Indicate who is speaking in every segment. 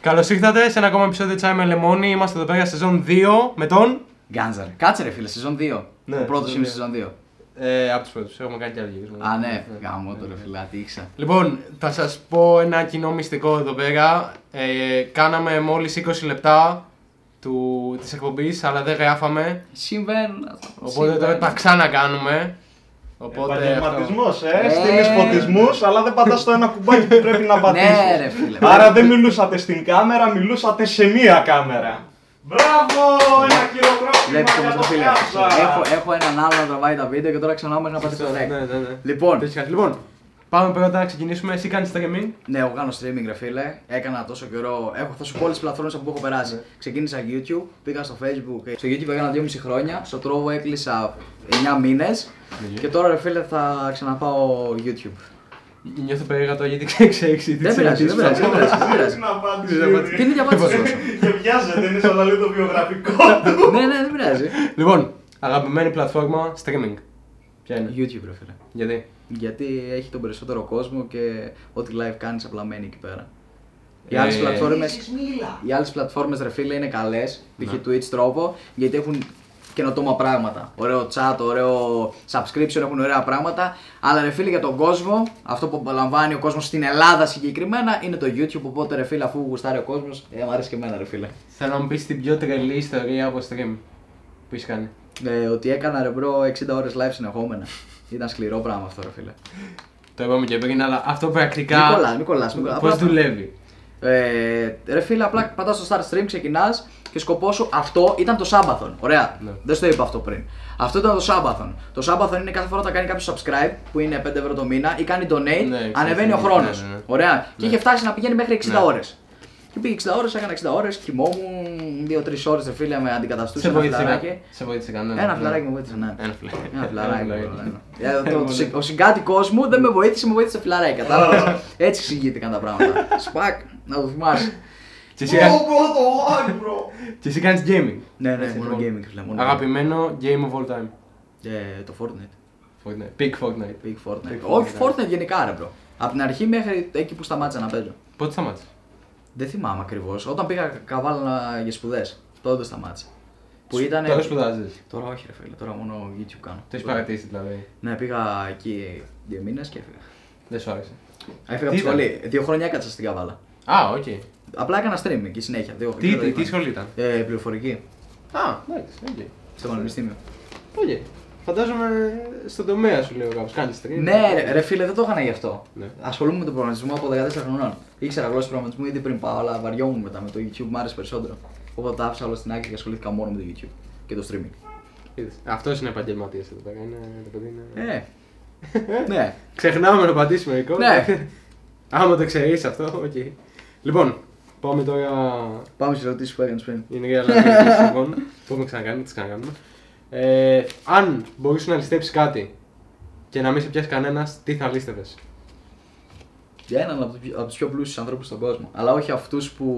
Speaker 1: Καλώς ήρθατε σε ένα ακόμα επεισόδιο Τσάι με Λεμόνι. Είμαστε εδώ πέρα για σεζόν 2 με τον.
Speaker 2: Γκάντζαρ. Κάτσε ρε φίλε, σεζόν 2.
Speaker 1: Ναι,
Speaker 2: ο πρώτος
Speaker 1: σεζόν
Speaker 2: είναι
Speaker 1: δύο.
Speaker 2: σεζόν 2.
Speaker 1: Ε, από τους πρώτους. Έχουμε κάνει και άλλοι.
Speaker 2: Α, ναι, γάμο το ρε φίλε, τι ήξερα.
Speaker 1: Λοιπόν, θα σας πω ένα κοινό μυστικό εδώ πέρα. Ε, κάναμε μόλις 20 λεπτά του... της εκπομπής, αλλά δεν γράφαμε.
Speaker 2: Συμβαίνουν αυτά.
Speaker 1: Οπότε τώρα τα ξανακάνουμε. Οπότε. αυτό.
Speaker 3: Επαγγελματισμό, ε.
Speaker 2: Ε.
Speaker 3: Στείλεις φωτισμούς, αλλά δεν πατάς το ένα κουμπάκι που πρέπει να πατήσει.
Speaker 2: Ναι, ρε φίλε.
Speaker 3: Άρα δεν μιλούσατε στην κάμερα, μιλούσατε σε μία κάμερα. Μπράβο! Ένα
Speaker 2: Βλέπει όμω
Speaker 3: χειροκρότημα για
Speaker 2: το
Speaker 3: το
Speaker 2: φίλε.
Speaker 3: Κάτσα.
Speaker 2: Έχω, έχω έναν άλλο να τραβάει τα βίντεο και τώρα ξανά μέχρι να πατήσω το
Speaker 1: Ναι,
Speaker 2: rec.
Speaker 1: ναι, ναι.
Speaker 2: Λοιπόν,
Speaker 1: Το έχεις χάσει. Λοιπόν, πάμε πρώτα να ξεκινήσουμε. Εσύ κάνεις streaming.
Speaker 2: ναι, εγώ κάνω streaming, ρε φίλε. Έκανα τόσο καιρό. Έχω, θα σου πω όλες τις πλατφόρμες από που έχω
Speaker 1: Ναι.
Speaker 2: περάσει. Ξεκίνησα YouTube, πήγα στο Facebook. Στο YouTube έκανα 2,5 χρόνια. Στο τρόβο έκλεισα 9 μήνες.
Speaker 1: Ναι.
Speaker 2: Και τώρα, ρε φίλε, θα ξαναπάω YouTube.
Speaker 1: Νιώθω περίεργα τώρα γιατί ξέρεις.
Speaker 2: Δεν πειράζει, δεν πειράζει, δεν πειράζει, δεν πειράζει.
Speaker 3: Την απάντηση
Speaker 1: Δεν
Speaker 3: είναι.
Speaker 1: απάντησε.
Speaker 2: Την ίδια απάντηση
Speaker 1: Λοιπόν,
Speaker 2: σου δώσω.
Speaker 3: Και βιάζεται, είναι σαν να λέει το βιογραφικό του.
Speaker 2: Ναι, ναι, δεν πειράζει.
Speaker 1: Λοιπόν, αγαπημένη πλατφόρμα streaming. Ποια είναι.
Speaker 2: YouTube, ρε φίλε.
Speaker 1: Γιατί.
Speaker 2: Γιατί έχει τον περισσότερο κόσμο και ό,τι live κάνεις απλά μένει εκεί πέρα. Οι
Speaker 1: Ε,
Speaker 2: άλλες
Speaker 1: ε,
Speaker 2: πλατφόρμες, οι άλλες πλατφόρμες ρε φίλε είναι καλές, π.χ. Twitch τρόπο, γιατί έχουν καινοτόμα πράγματα. Ωραίο chat, ωραίο subscription, έχουν ωραία πράγματα. Αλλά ρε φίλε για τον κόσμο, αυτό που απολαμβάνει ο κόσμος στην Ελλάδα συγκεκριμένα είναι το YouTube. Οπότε ρε φίλε, αφού γουστάρει ο κόσμος, ε, μου αρέσει και εμένα ρε φίλε.
Speaker 1: Θέλω να μου πεις την πιο τρελή ιστορία από stream που έχεις κάνει.
Speaker 2: Ε, ότι έκανα ρε μπρο 60 ώρες live συνεχόμενα. Ήταν σκληρό πράγμα αυτό ρε φίλε.
Speaker 1: Το είπαμε και πριν, αλλά αυτό πρακτικά.
Speaker 2: Νικόλα, Νικόλα, Νικόλα.
Speaker 1: Πώς
Speaker 2: απλά-
Speaker 1: δουλεύει.
Speaker 2: Ε, ρε φίλε, απλά πατάς στο start stream, ξεκινάς και σκοπός σου αυτό ήταν το Σάμπαθον. Ωραία.
Speaker 1: Ναι.
Speaker 2: Δεν σου το είπα αυτό πριν. Αυτό ήταν το Σάμπαθον. Το Σάμπαθον είναι κάθε φορά όταν κάνει κάποιο subscribe που είναι 5 ευρώ το μήνα ή κάνει donate,
Speaker 1: Ναι, ξέρω,
Speaker 2: ανεβαίνει ο
Speaker 1: ναι,
Speaker 2: χρόνο.
Speaker 1: ναι, ναι.
Speaker 2: Ωραία. Και
Speaker 1: Ναι.
Speaker 2: είχε φτάσει να πηγαίνει μέχρι 60
Speaker 1: Ναι.
Speaker 2: ώρες. Και πήγε 60 ώρες, έκανα 60 ώρε, κοιμόμουν 2-3 ώρες, ρε φίλε, με αντικαταστούσε
Speaker 1: Σε
Speaker 2: ένα
Speaker 1: βοήθησε,
Speaker 2: φιλαράκι.
Speaker 1: κα- σε βοήθησε κανένα.
Speaker 2: Ένα
Speaker 1: Ναι.
Speaker 2: φιλαράκι μου βοήθησε, ναι.
Speaker 1: Ένα φιλαράκι.
Speaker 2: Ένα φιλαράκι.
Speaker 1: Ένα φιλαράκι.
Speaker 2: ναι, ναι. Ε, το- το συ- Ο συγκάτοικός μου δεν με βοήθησε, με βοήθησε φιλαράκι. Κατάλαβε. Έτσι εξηγήθηκαν τα πράγματα. Σπακ, να το θυμάσαι.
Speaker 1: Και εσύ κάνεις-
Speaker 3: Πω, πω, το άγρο.
Speaker 1: και εσύ κάνεις gaming.
Speaker 2: Ναι, ναι,
Speaker 1: Έτσι,
Speaker 2: μόνο
Speaker 1: λοιπόν.
Speaker 2: gaming, φίλε, μόνο
Speaker 1: Αγαπημένο game of all time.
Speaker 2: Ε, το Fortnite.
Speaker 1: Fortnite. Big Fortnite.
Speaker 2: Big Fortnite.
Speaker 1: Big
Speaker 2: Όχι,
Speaker 1: Fortnite.
Speaker 2: Fortnite γενικά ρε, bro. Από την αρχή μέχρι εκεί που σταμάτησα να παίζω.
Speaker 1: Πότε σταμάτησες.
Speaker 2: Δεν θυμάμαι ακριβώς. Όταν πήγα καβάλα για σπουδές, τότε σταμάτησα. Που
Speaker 1: Σου-
Speaker 2: ήταν.
Speaker 1: Τώρα σπουδάζεις.
Speaker 2: Τώρα όχι, ρε φίλε, τώρα μόνο YouTube κάνω.
Speaker 1: Το έχεις παρατήσει δηλαδή.
Speaker 2: Ναι, πήγα εκεί δύο μήνες και έφυγα.
Speaker 1: Δεν σου άρεσε.
Speaker 2: Α, Έφυγα από
Speaker 1: Τι
Speaker 2: τη
Speaker 1: ήταν?
Speaker 2: σχολή. Δύο χρόνια έκατσα στην καβάλα.
Speaker 1: Α, οκ.
Speaker 2: Απλά έκανα streaming και συνέχεια. Δύο
Speaker 1: Τι-
Speaker 2: καιρό
Speaker 1: Τι τι
Speaker 2: είχα.
Speaker 1: σχολή ήταν.
Speaker 2: Ε, πληροφορική.
Speaker 1: Α, εντάξει, οκ.
Speaker 2: Στο πανεπιστήμιο.
Speaker 1: Οκ. Φαντάζομαι στον τομέα σου λέω κάπως, κάνεις stream.
Speaker 2: Ναι, ρε, ρε φίλε, δεν το έκανα γι' αυτό.
Speaker 1: Ναι.
Speaker 2: Ασχολούμαι με τον προγραμματισμό από 14 χρονών. Ήξερα γλώσσα προγραμματισμού ήδη πριν πάω, αλλά βαριόμουν μετά με το YouTube, μου άρεσε περισσότερο. Οπότε τα άφησα όλα στην άκρη και ασχολήθηκα μόνο με το YouTube και το streaming.
Speaker 1: Αυτός είναι επαγγελματίας εδώ πέρα. Είναι, το παιδί είναι...
Speaker 2: Ε, ναι.
Speaker 1: Ξεχνάμε να πατήσουμε μερικό.
Speaker 2: Ναι.
Speaker 1: Άμα το ξέρεις αυτό, οκ. Λοιπόν, πάμε τώρα.
Speaker 2: Πάμε στις ερωτήσεις που έκανες πριν.
Speaker 1: Είναι real analysis, λοιπόν. Το έχουμε ξανακάνει, τις ξανακάνουμε. Ε, αν μπορούσε να ληστέψεις κάτι και να μην σε πιάσει κανένας, τι θα λίστευες.
Speaker 2: Για έναν από τους πιο πλούσιους ανθρώπους στον κόσμο. Αλλά όχι αυτούς που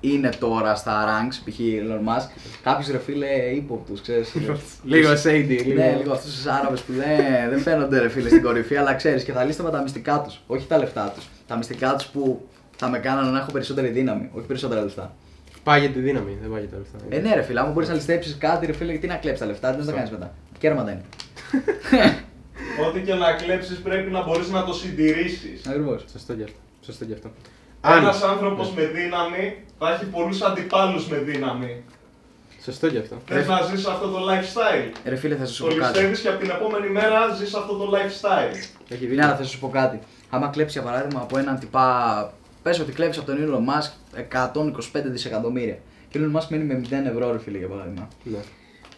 Speaker 2: είναι τώρα στα ranks, π.χ. Elon Musk. Κάποιου ρε φίλε ύποπτου, ξέρεις.
Speaker 1: λίγο shady, λίγο.
Speaker 2: Ναι, λίγο αυτούς τους Άραβες που δεν, δεν φαίνονται ρε φίλε στην κορυφή, αλλά ξέρεις και θα λύσετε με τα μυστικά τους. Όχι τα λεφτά τους. Τα μυστικά τους που θα με κάνανε να έχω περισσότερη δύναμη, όχι περισσότερα λεφτά.
Speaker 1: Πάει για τη δύναμη, δεν πάει για τα λεφτά.
Speaker 2: Ε, ναι, ρε φίλε, άμα μπορείς να ληστέψεις κάτι, ρε φίλε, τι να κλέψεις τα λεφτά, τι να τα κάνεις μετά. Κέρματα είναι.
Speaker 3: Ό,τι και να κλέψεις πρέπει να μπορείς να το συντηρήσεις.
Speaker 2: Ακριβώς.
Speaker 1: Σωστό και αυτό. Σωστό και αυτό.
Speaker 3: Ένας άνθρωπο με δύναμη θα έχει πολλούς αντιπάλους με δύναμη.
Speaker 1: Ναι. Σωστό και
Speaker 2: Ναι.
Speaker 1: αυτό.
Speaker 3: Θε να ζήσει αυτό το lifestyle.
Speaker 2: Ε, Ρε φίλε, θα σου
Speaker 3: Το
Speaker 2: πω κάτι.
Speaker 3: ληστεύει και από την επόμενη μέρα ζεις αυτό το lifestyle.
Speaker 1: Έχει
Speaker 2: Ναι, αλλά θα σου πω κάτι. Άμα κλέψεις για παράδειγμα από έναν τυπά. Πες ότι κλέψει από τον Elon Musk 125 δισεκατομμύρια. Και ο Elon Musk μένει με 0 ευρώ, ρε φίλε, για παράδειγμα.
Speaker 1: Ναι.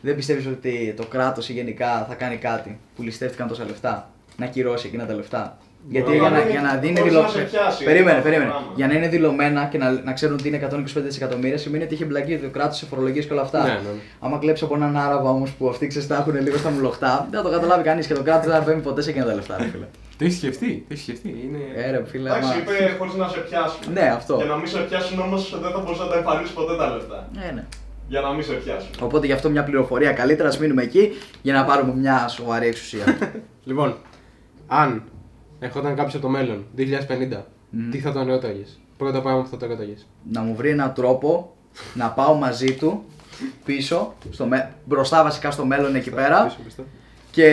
Speaker 2: Δεν πιστεύεις ότι το κράτος ή γενικά θα κάνει κάτι που ληστεύτηκαν τόσα λεφτά. Να κυρώσει εκείνα τα λεφτά. Γιατί
Speaker 3: Μπορεί
Speaker 2: για
Speaker 3: να
Speaker 2: να,
Speaker 3: μην-
Speaker 2: για να δίνει
Speaker 3: χωρίς να σε
Speaker 2: δηλωμένα.
Speaker 3: πιάσει.
Speaker 2: Περίμενε,
Speaker 3: Αυτό το
Speaker 2: περίμενε.
Speaker 3: πράγμα.
Speaker 2: Για να είναι δηλωμένα και να, να ξέρουν ότι είναι 125 δισεκατομμύρια σημαίνει ότι έχει μπλακεί το κράτος σε φορολογίες και όλα αυτά.
Speaker 1: Ναι, ναι, ναι.
Speaker 2: Άμα κλέψει από έναν Άραβα όμως που αυτοί ξέρεις τα έχουν λίγο στα μουλοχτά, δεν θα το καταλάβει κανείς και το κράτος δεν θα παίρνει ποτέ σε εκείνα τα λεφτά. Ρε φίλε.
Speaker 1: Το έχεις σκεφτεί, το έχεις σκεφτεί. Είναι...
Speaker 2: Ε, ρε, φίλε, άμα-
Speaker 3: Εντάξει, είπε χωρίς να σε πιάσουν.
Speaker 2: Ναι, αυτό.
Speaker 3: Για να μην σε πιάσουν όμως δεν θα μπορούσε να τα εμφανίσεις ποτέ τα λεφτά.
Speaker 2: Ναι, ναι.
Speaker 3: Για να μην σε πιάσουν.
Speaker 2: Οπότε γι' αυτό μια πληροφορία καλύτερα, ας μείνουμε εκεί για να πάρουμε μια σοβαρή εξουσία.
Speaker 1: Λοιπόν, αν ερχόταν κάποιος από το μέλλον, 2050, τι θα τον νεόταγε. Πρώτα πράγμα που θα το έκαταγε.
Speaker 2: να μου βρει έναν τρόπο να πάω μαζί του πίσω, στο με... μπροστά βασικά στο μέλλον εκεί πέρα και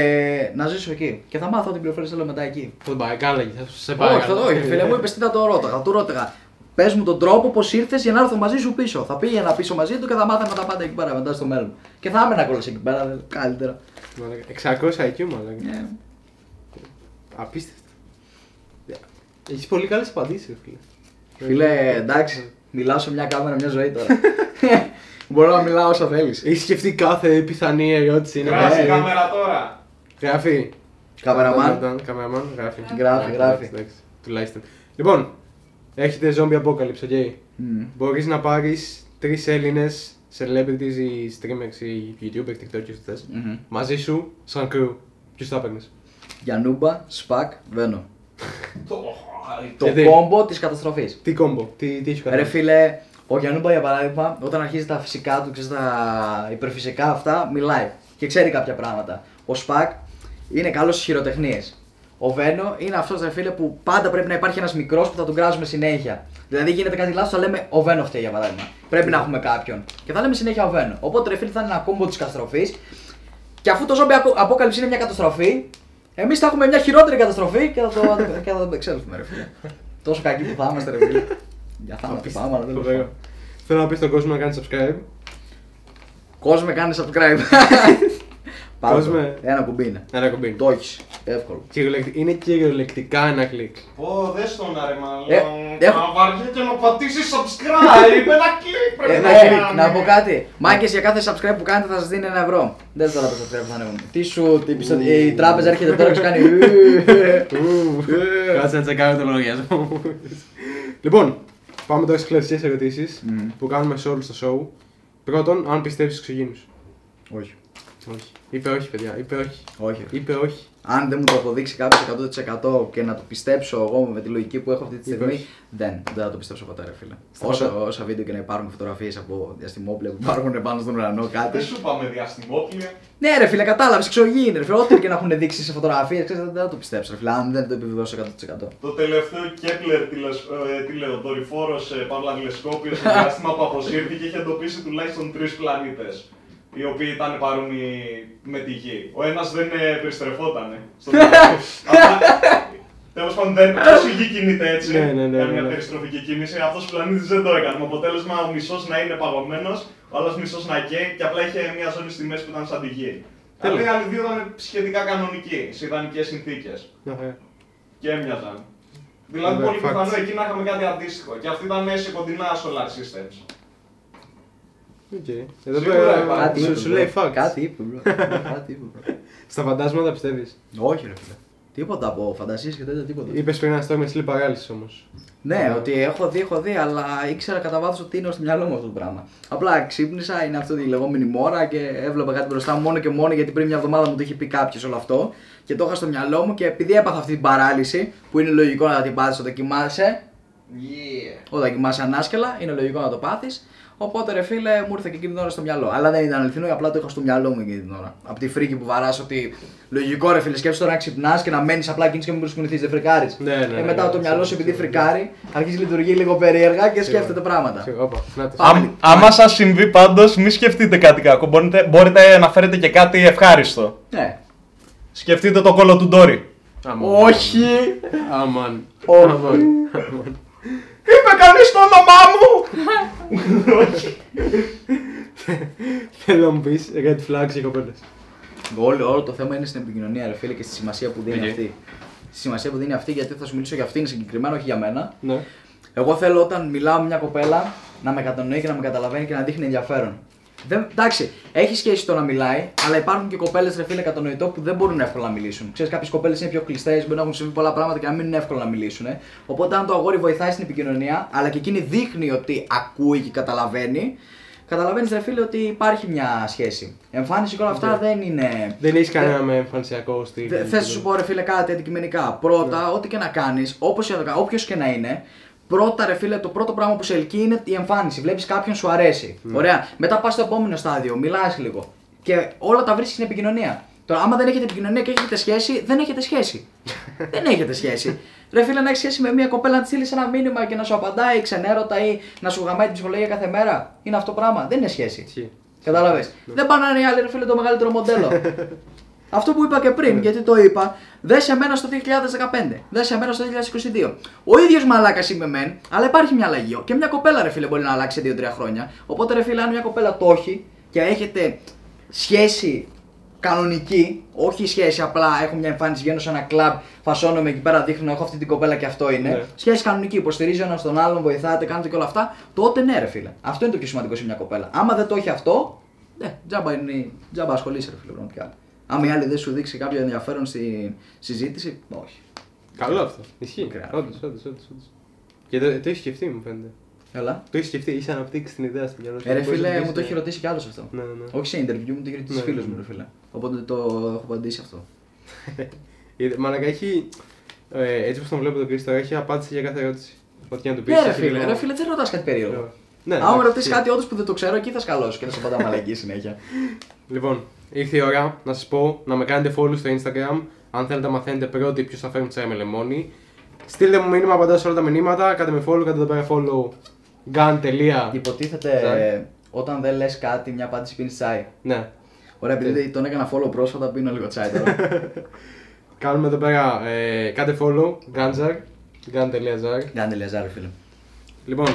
Speaker 2: να ζήσω εκεί. Και θα μάθω την πληροφορία θέλω μετά εκεί.
Speaker 1: Θα τον πάει, κάλαγε. Θα σε πάει.
Speaker 2: Όχι, θα το όχι, φίλε μου, είπες τι θα το ρώταγα. Του ρώταγα. Πες μου τον τρόπο πώς ήρθες για να έρθω μαζί σου πίσω. Θα πήγαινα πίσω μαζί του και θα μάθαμε τα πάντα εκεί πέρα μετά στο μέλλον. Και θα άμενα κόλλα εκεί πέρα, δε- καλύτερα.
Speaker 1: Μαλάκα, 600 IQ, μαλάκα.
Speaker 2: Ε,
Speaker 1: Απίστευτο. Έχεις πολύ καλές απαντήσεις, φίλε.
Speaker 2: Φίλε, εντάξει, μιλάω σε μια κάμερα μια ζωή τώρα. Μπορώ να μιλάω όσα θέλεις.
Speaker 1: Έχεις σκεφτεί κάθε πιθανή ερώτηση. είναι
Speaker 3: Γράφει
Speaker 1: ε,
Speaker 3: η κάμερα τώρα.
Speaker 1: Γράφει.
Speaker 2: Καμεραμάν.
Speaker 1: Ταν, Καμεραμάν, γράφει.
Speaker 2: Γράφει, γράφει.
Speaker 1: Εντάξει, εντάξει, Τουλάχιστον. Λοιπόν, έχετε zombie apocalypse, οκ.
Speaker 2: Μμ.
Speaker 1: Μπορείς να πάρεις τρεις Έλληνες celebrities ή streamers ή YouTubers, TikTokers, ό,τι θες,
Speaker 2: Μμμ.
Speaker 1: Μαζί σου, σαν crew. Ποιο θα παίρνει.
Speaker 2: Γιανούμπα, Σπακ, Βένο.
Speaker 3: Το...
Speaker 2: Το
Speaker 1: Γιατί?
Speaker 2: κόμπο της καταστροφής.
Speaker 1: Τι κόμπο, τι, τι έχεις
Speaker 2: Ρε
Speaker 1: κάνει.
Speaker 2: φίλε, ο Γιανούμπα για παράδειγμα, όταν αρχίζει τα φυσικά του, ξέρεις τα υπερφυσικά αυτά, μιλάει και ξέρει κάποια πράγματα. Ο Σπακ είναι καλός στις χειροτεχνίες. Ο Βένο είναι αυτός ρε φίλε που πάντα πρέπει να υπάρχει ένας μικρός που θα τον κράζουμε συνέχεια. Δηλαδή γίνεται κάτι λάθος, θα λέμε ο Βένο φταίει για παράδειγμα. Πρέπει να έχουμε κάποιον. Και θα λέμε συνέχεια ο Βένο. Οπότε ρε φίλε θα είναι ένα κόμπο της καταστροφής. Και αφού το zombie apo- apocalypse είναι μια καταστροφή, εμείς θα έχουμε μια χειρότερη καταστροφή και θα το, και θα το εξέλθουμε, ρε φίλε. Τόσο κακοί που θα είμαστε, ρε φίλε. Για θάνατο πάμε, αλλά δεν
Speaker 1: Φοβερό. Θέλω να πεις στον κόσμο να κάνει subscribe.
Speaker 2: Κόσμε, κάνε subscribe. Πάρ' το.
Speaker 1: Κόσμε.
Speaker 2: Ένα κουμπί είναι.
Speaker 1: Ένα κομπή.
Speaker 2: Το έχεις. Εύκολο.
Speaker 1: Κυριολεκ- Είναι κυριολεκτικά ένα κλικ.
Speaker 3: Πω, δες τον ρε μάλλον.
Speaker 2: Ε, έχω-
Speaker 3: Να βαριέται να πατήσεις subscribe. Ένα κλικ πρέπει
Speaker 2: Ένα
Speaker 3: να
Speaker 2: κλικ.
Speaker 3: κάνει.
Speaker 2: Να πω κάτι. Μάγκες για κάθε subscribe που κάνετε θα σας δίνει ένα ευρώ. Δεν τώρα το subscribe που θα ανέβουν. Τι σου τύπησε ότι η τράπεζα έρχεται τώρα και σου κάνει. Ε,
Speaker 1: Ου, Κάτσε να τσεκάρω το λογαριασμό μου. Λοιπόν, πάμε τώρα στις κλασικές ερωτήσεις
Speaker 2: Μμμ.
Speaker 1: που κάνουμε σε όλους στο show. Πρώτον, αν πιστεύεις στους εξωγήνου.
Speaker 2: Όχι.
Speaker 1: Όχι. Είπε όχι, παιδιά. Είπε όχι.
Speaker 2: Όχι.
Speaker 1: Είπε όχι.
Speaker 2: Αν δεν μου το αποδείξει κάποιος 100% και να το πιστέψω εγώ με τη λογική που έχω αυτή τη στιγμή,
Speaker 1: Είπες.
Speaker 2: δεν, δεν θα το πιστέψω ποτέ, ρε φίλε.
Speaker 1: Σταματά.
Speaker 2: Όσο, όσα βίντεο και να υπάρχουν φωτογραφίες από διαστημόπλια που υπάρχουν πάνω στον ουρανό, κάτι.
Speaker 3: Δεν σου είπαμε διαστημόπλια.
Speaker 2: Ναι, ρε φίλε, κατάλαβες, εξωγήινη. Ρε φίλε, ό,τι και να έχουν δείξει σε φωτογραφίες, δεν θα το πιστέψω, ρε φίλε, αν δεν το επιβεβαιώσω 100%.
Speaker 3: Το τελευταίο Κέπλερ τηλεσ- ε, τηλεοδορυφόρος ε, Παύλα τηλεσκόπιο στο διάστημα που αποσύρθηκε είχε εντοπίσει τουλάχιστον τρεις πλανήτες οι οποίοι ήταν παρόμοιοι με τη Γη. Ο ένας δεν ε, περιστρεφότανε στον Αλλά τέλος πάντων δεν πώς η Γη κινείται έτσι,
Speaker 1: Ναι, ναι, ναι, ναι,
Speaker 3: κάνει μια
Speaker 1: ναι.
Speaker 3: περιστροφική κίνηση, αυτός ο πλανήτης δεν το έκανε. Με αποτέλεσμα ο μισός να είναι παγωμένος, ο άλλος μισός να καίει και απλά είχε μια ζώνη στη μέση που ήταν σαν τη Γη. Αλλά
Speaker 1: Τέλος.
Speaker 3: οι άλλοι δύο ήταν σχετικά κανονικοί, σε ιδανικές συνθήκες.
Speaker 1: Μια χαρά.
Speaker 3: Και έμοιαζαν. Δηλαδή,
Speaker 1: Βέβαια,
Speaker 3: πολύ
Speaker 1: facts.
Speaker 3: πιθανό εκεί να είχαμε κάτι αντίστοιχο. Και αυτοί ήταν σε κοντινά solar systems.
Speaker 1: Οκ. Εδώ
Speaker 3: Σίγουρα υπάρχει.
Speaker 1: πέρα
Speaker 3: Κάτι
Speaker 1: σου-
Speaker 2: είπε,
Speaker 1: σου
Speaker 2: bro.
Speaker 1: λέει fuck.
Speaker 2: Κάτι είπε, bro. Κάτι είπε, bro.
Speaker 1: Στα φαντάσματα πιστεύεις.
Speaker 2: Όχι, ρε φίλε. Τίποτα από φαντασίες και τέτοια τίποτα.
Speaker 1: Είπες πριν ένα story με sleep paralysis όμως.
Speaker 2: Ναι, ότι έχω δει, έχω δει, αλλά ήξερα κατά βάθος ότι είναι στο μυαλό μου αυτό το πράγμα. Απλά ξύπνησα, είναι αυτή η λεγόμενη μόρα και έβλεπα κάτι μπροστά μου μόνο και μόνο γιατί πριν μια εβδομάδα μου το είχε πει κάποιος όλο αυτό και το είχα στο μυαλό μου και επειδή έπαθα αυτή την παράλυση που είναι λογικό να την πάθεις όταν κοιμάσαι,
Speaker 3: Yeah.
Speaker 2: Όταν κοιμάσαι ανάσκελα, είναι λογικό να το πάθεις. Οπότε ρε φίλε, μου ήρθε και εκείνη την ώρα στο μυαλό. Αλλά δεν ήταν αληθινό, απλά το είχα στο μυαλό μου εκείνη την ώρα. Από τη φρίκη που βαράς ότι. Λογικό ρε φίλε, σκέψτε τώρα να ξυπνάς και να μένεις απλά εκείνης και να μην προσκυνηθεί, δεν φρικάρεις.
Speaker 1: Ναι, ναι, ναι,
Speaker 2: ε, μετά
Speaker 1: ναι,
Speaker 2: το
Speaker 1: ναι,
Speaker 2: μυαλό σου
Speaker 1: σίγουρα,
Speaker 2: επειδή
Speaker 1: σίγουρα.
Speaker 2: φρικάρει, αρχίζει λειτουργεί λίγο περίεργα και σκέφτεται πράγματα.
Speaker 1: Σίγουρα, όπα, να το.
Speaker 2: Πάμε.
Speaker 3: Άμα σας συμβεί πάντως, μη σκεφτείτε κάτι κακό. Μπορείτε, μπορείτε να φέρετε και κάτι ευχάριστο.
Speaker 2: Ναι.
Speaker 3: Σκεφτείτε το κόλλο του Ντόρι.
Speaker 1: Αμάν.
Speaker 2: Όχι!
Speaker 1: Αμάν.
Speaker 2: Όχι.
Speaker 1: Αμάν. Αμάν.
Speaker 3: Είπε κανείς το όνομά μου!
Speaker 1: Θέλω να μου πεις red flags για κοπέλε.
Speaker 2: Όλο, όλο το θέμα είναι στην επικοινωνία, ρε φίλε, και στη σημασία που δίνει
Speaker 1: Οκ.
Speaker 2: αυτή. Στη σημασία που δίνει αυτή, γιατί θα σου μιλήσω για αυτήν συγκεκριμένα, όχι για μένα.
Speaker 1: Ναι.
Speaker 2: Εγώ θέλω όταν μιλάω με μια κοπέλα να με κατανοεί και να με καταλαβαίνει και να δείχνει ενδιαφέρον. Δεν, εντάξει, έχεις σχέση το να μιλάει, αλλά υπάρχουν και κοπέλες ρε φίλε κατανοητό που δεν μπορούν εύκολα να μιλήσουν. Ξέρεις, κάποιες κοπέλες είναι πιο κλειστές, μπορεί να έχουν συμβεί πολλά πράγματα και να μην είναι εύκολο να μιλήσουν. ε. Οπότε, αν το αγόρι βοηθάει στην επικοινωνία, αλλά και εκείνη δείχνει ότι ακούει και καταλαβαίνει, καταλαβαίνεις ρε φίλε ότι υπάρχει μια σχέση. Εμφάνιση και όλα αυτά δεν είναι.
Speaker 1: Ναι. Δεν έχεις κανένα με εμφανισιακό στυλ.
Speaker 2: Θε να Ε, σου πω, ρε φίλε, κάτι αντικειμενικά. Πρώτα, ό,τι και να κάνεις, όπως και να το κάνει, όποιος και να είναι, πρώτα, ρε φίλε, το πρώτο πράγμα που σε ελκύει είναι η εμφάνιση. Βλέπεις κάποιον σου αρέσει. Ωραία. Μετά πας στο επόμενο στάδιο, μιλάς λίγο. Και όλα τα βρίσκεις στην επικοινωνία. Τώρα, άμα δεν έχετε επικοινωνία και έχετε σχέση, δεν έχετε σχέση. δεν έχετε σχέση. Ρε φίλε, να έχεις σχέση με μια κοπέλα, να της στείλεις ένα μήνυμα και να σου απαντάει ξενέρωτα ή να σου γαμάει την ψυχολογία κάθε μέρα. Είναι αυτό πράγμα. Δεν είναι σχέση.
Speaker 1: Ισχύει.
Speaker 2: Κατάλαβες. Δεν πάνε να είναι οι άλλοι, ρε φίλε, το μεγαλύτερο μοντέλο. Αυτό που είπα και πριν, γιατί το είπα, δες σε μένα στο 2015, δες σε μένα στο 2022. Ο ίδιος μαλάκας είμαι μεν, αλλά υπάρχει μια αλλαγή. Και μια κοπέλα, ρε φίλε, μπορεί να αλλάξει σε 2-3 χρόνια. Οπότε, ρε φίλε, αν μια κοπέλα το έχει και έχετε σχέση κανονική, όχι σχέση απλά έχω μια εμφάνιση, βγαίνω σε ένα κλαμπ, φασώνομαι εκεί πέρα, δείχνω, έχω αυτή την κοπέλα και αυτό είναι.
Speaker 3: Ναι.
Speaker 2: Σχέση κανονική, υποστηρίζει ο ένα τον άλλον, βοηθάτε, κάνετε και όλα αυτά. Τότε ναι, ρε φίλε. Αυτό είναι το πιο σημαντικό σε μια κοπέλα. Άμα δεν το έχει αυτό, ναι, τζάμπα, είναι, τζάμπα ασχολείσαι, ρε φίλε, πραγματικά. Άμα η άλλη δεν σου δείξει κάποιο ενδιαφέρον στη συζήτηση, όχι.
Speaker 1: Καλό αυτό. Ισχύει.
Speaker 2: Κράτος.
Speaker 1: Όντως, όντως, όντως. Και το, το έχει σκεφτεί, μου φαίνεται.
Speaker 2: Έλα.
Speaker 1: Το έχει σκεφτεί, είσαι αναπτύξει την ιδέα στην μυαλό σου.
Speaker 2: Ε, ρε
Speaker 1: Μπορείς να
Speaker 2: φίλε,
Speaker 1: πεις,
Speaker 2: μου το
Speaker 1: ναι.
Speaker 2: έχει ρωτήσει κι άλλος αυτό.
Speaker 1: Ναι, ναι.
Speaker 2: Όχι σε interview, μου το έχει ρωτήσει
Speaker 1: Ναι,
Speaker 2: φίλος
Speaker 1: ναι.
Speaker 2: μου, ρε φίλε. Οπότε το έχω απαντήσει αυτό.
Speaker 1: Είδε- Μαλάκα έχει. ε, έτσι όπως τον βλέπω τον Κρίστο, έχει απάντηση για κάθε ερώτηση. Ό,τι και να του πεις.
Speaker 2: Ναι, ρε φίλε, ρε φίλε, δεν ρωτάς κάτι περίεργο.
Speaker 1: Ναι,
Speaker 2: Άμα με ρωτήσει κάτι όντως που δεν το ξέρω, εκεί θα σκαλώσω και θα σου απαντάω μαλακή συνέχεια.
Speaker 1: Λοιπόν, ήρθε η ώρα να σας πω να με κάνετε follow στο Instagram. Αν θέλετε να μαθαίνετε πρώτοι ποιος θα φέρνει τσάι με λεμόνι. Στείλτε μου μήνυμα, απαντάω σε όλα τα μηνύματα. Κάντε με follow, κάντε εδώ πέρα follow. Gun.
Speaker 2: Υποτίθεται
Speaker 1: Τσάι.
Speaker 2: όταν δεν λες κάτι, μια απάντηση πίνεις τσάι.
Speaker 1: Ναι.
Speaker 2: Ωραία, επειδή τον έκανα follow πρόσφατα, πίνω λίγο τσάι τώρα.
Speaker 1: Κάνουμε εδώ πέρα. Ε, κάντε follow. Gunjar. Gun.jar.
Speaker 2: Κάντε λεζάρ, φίλε.
Speaker 1: Λοιπόν,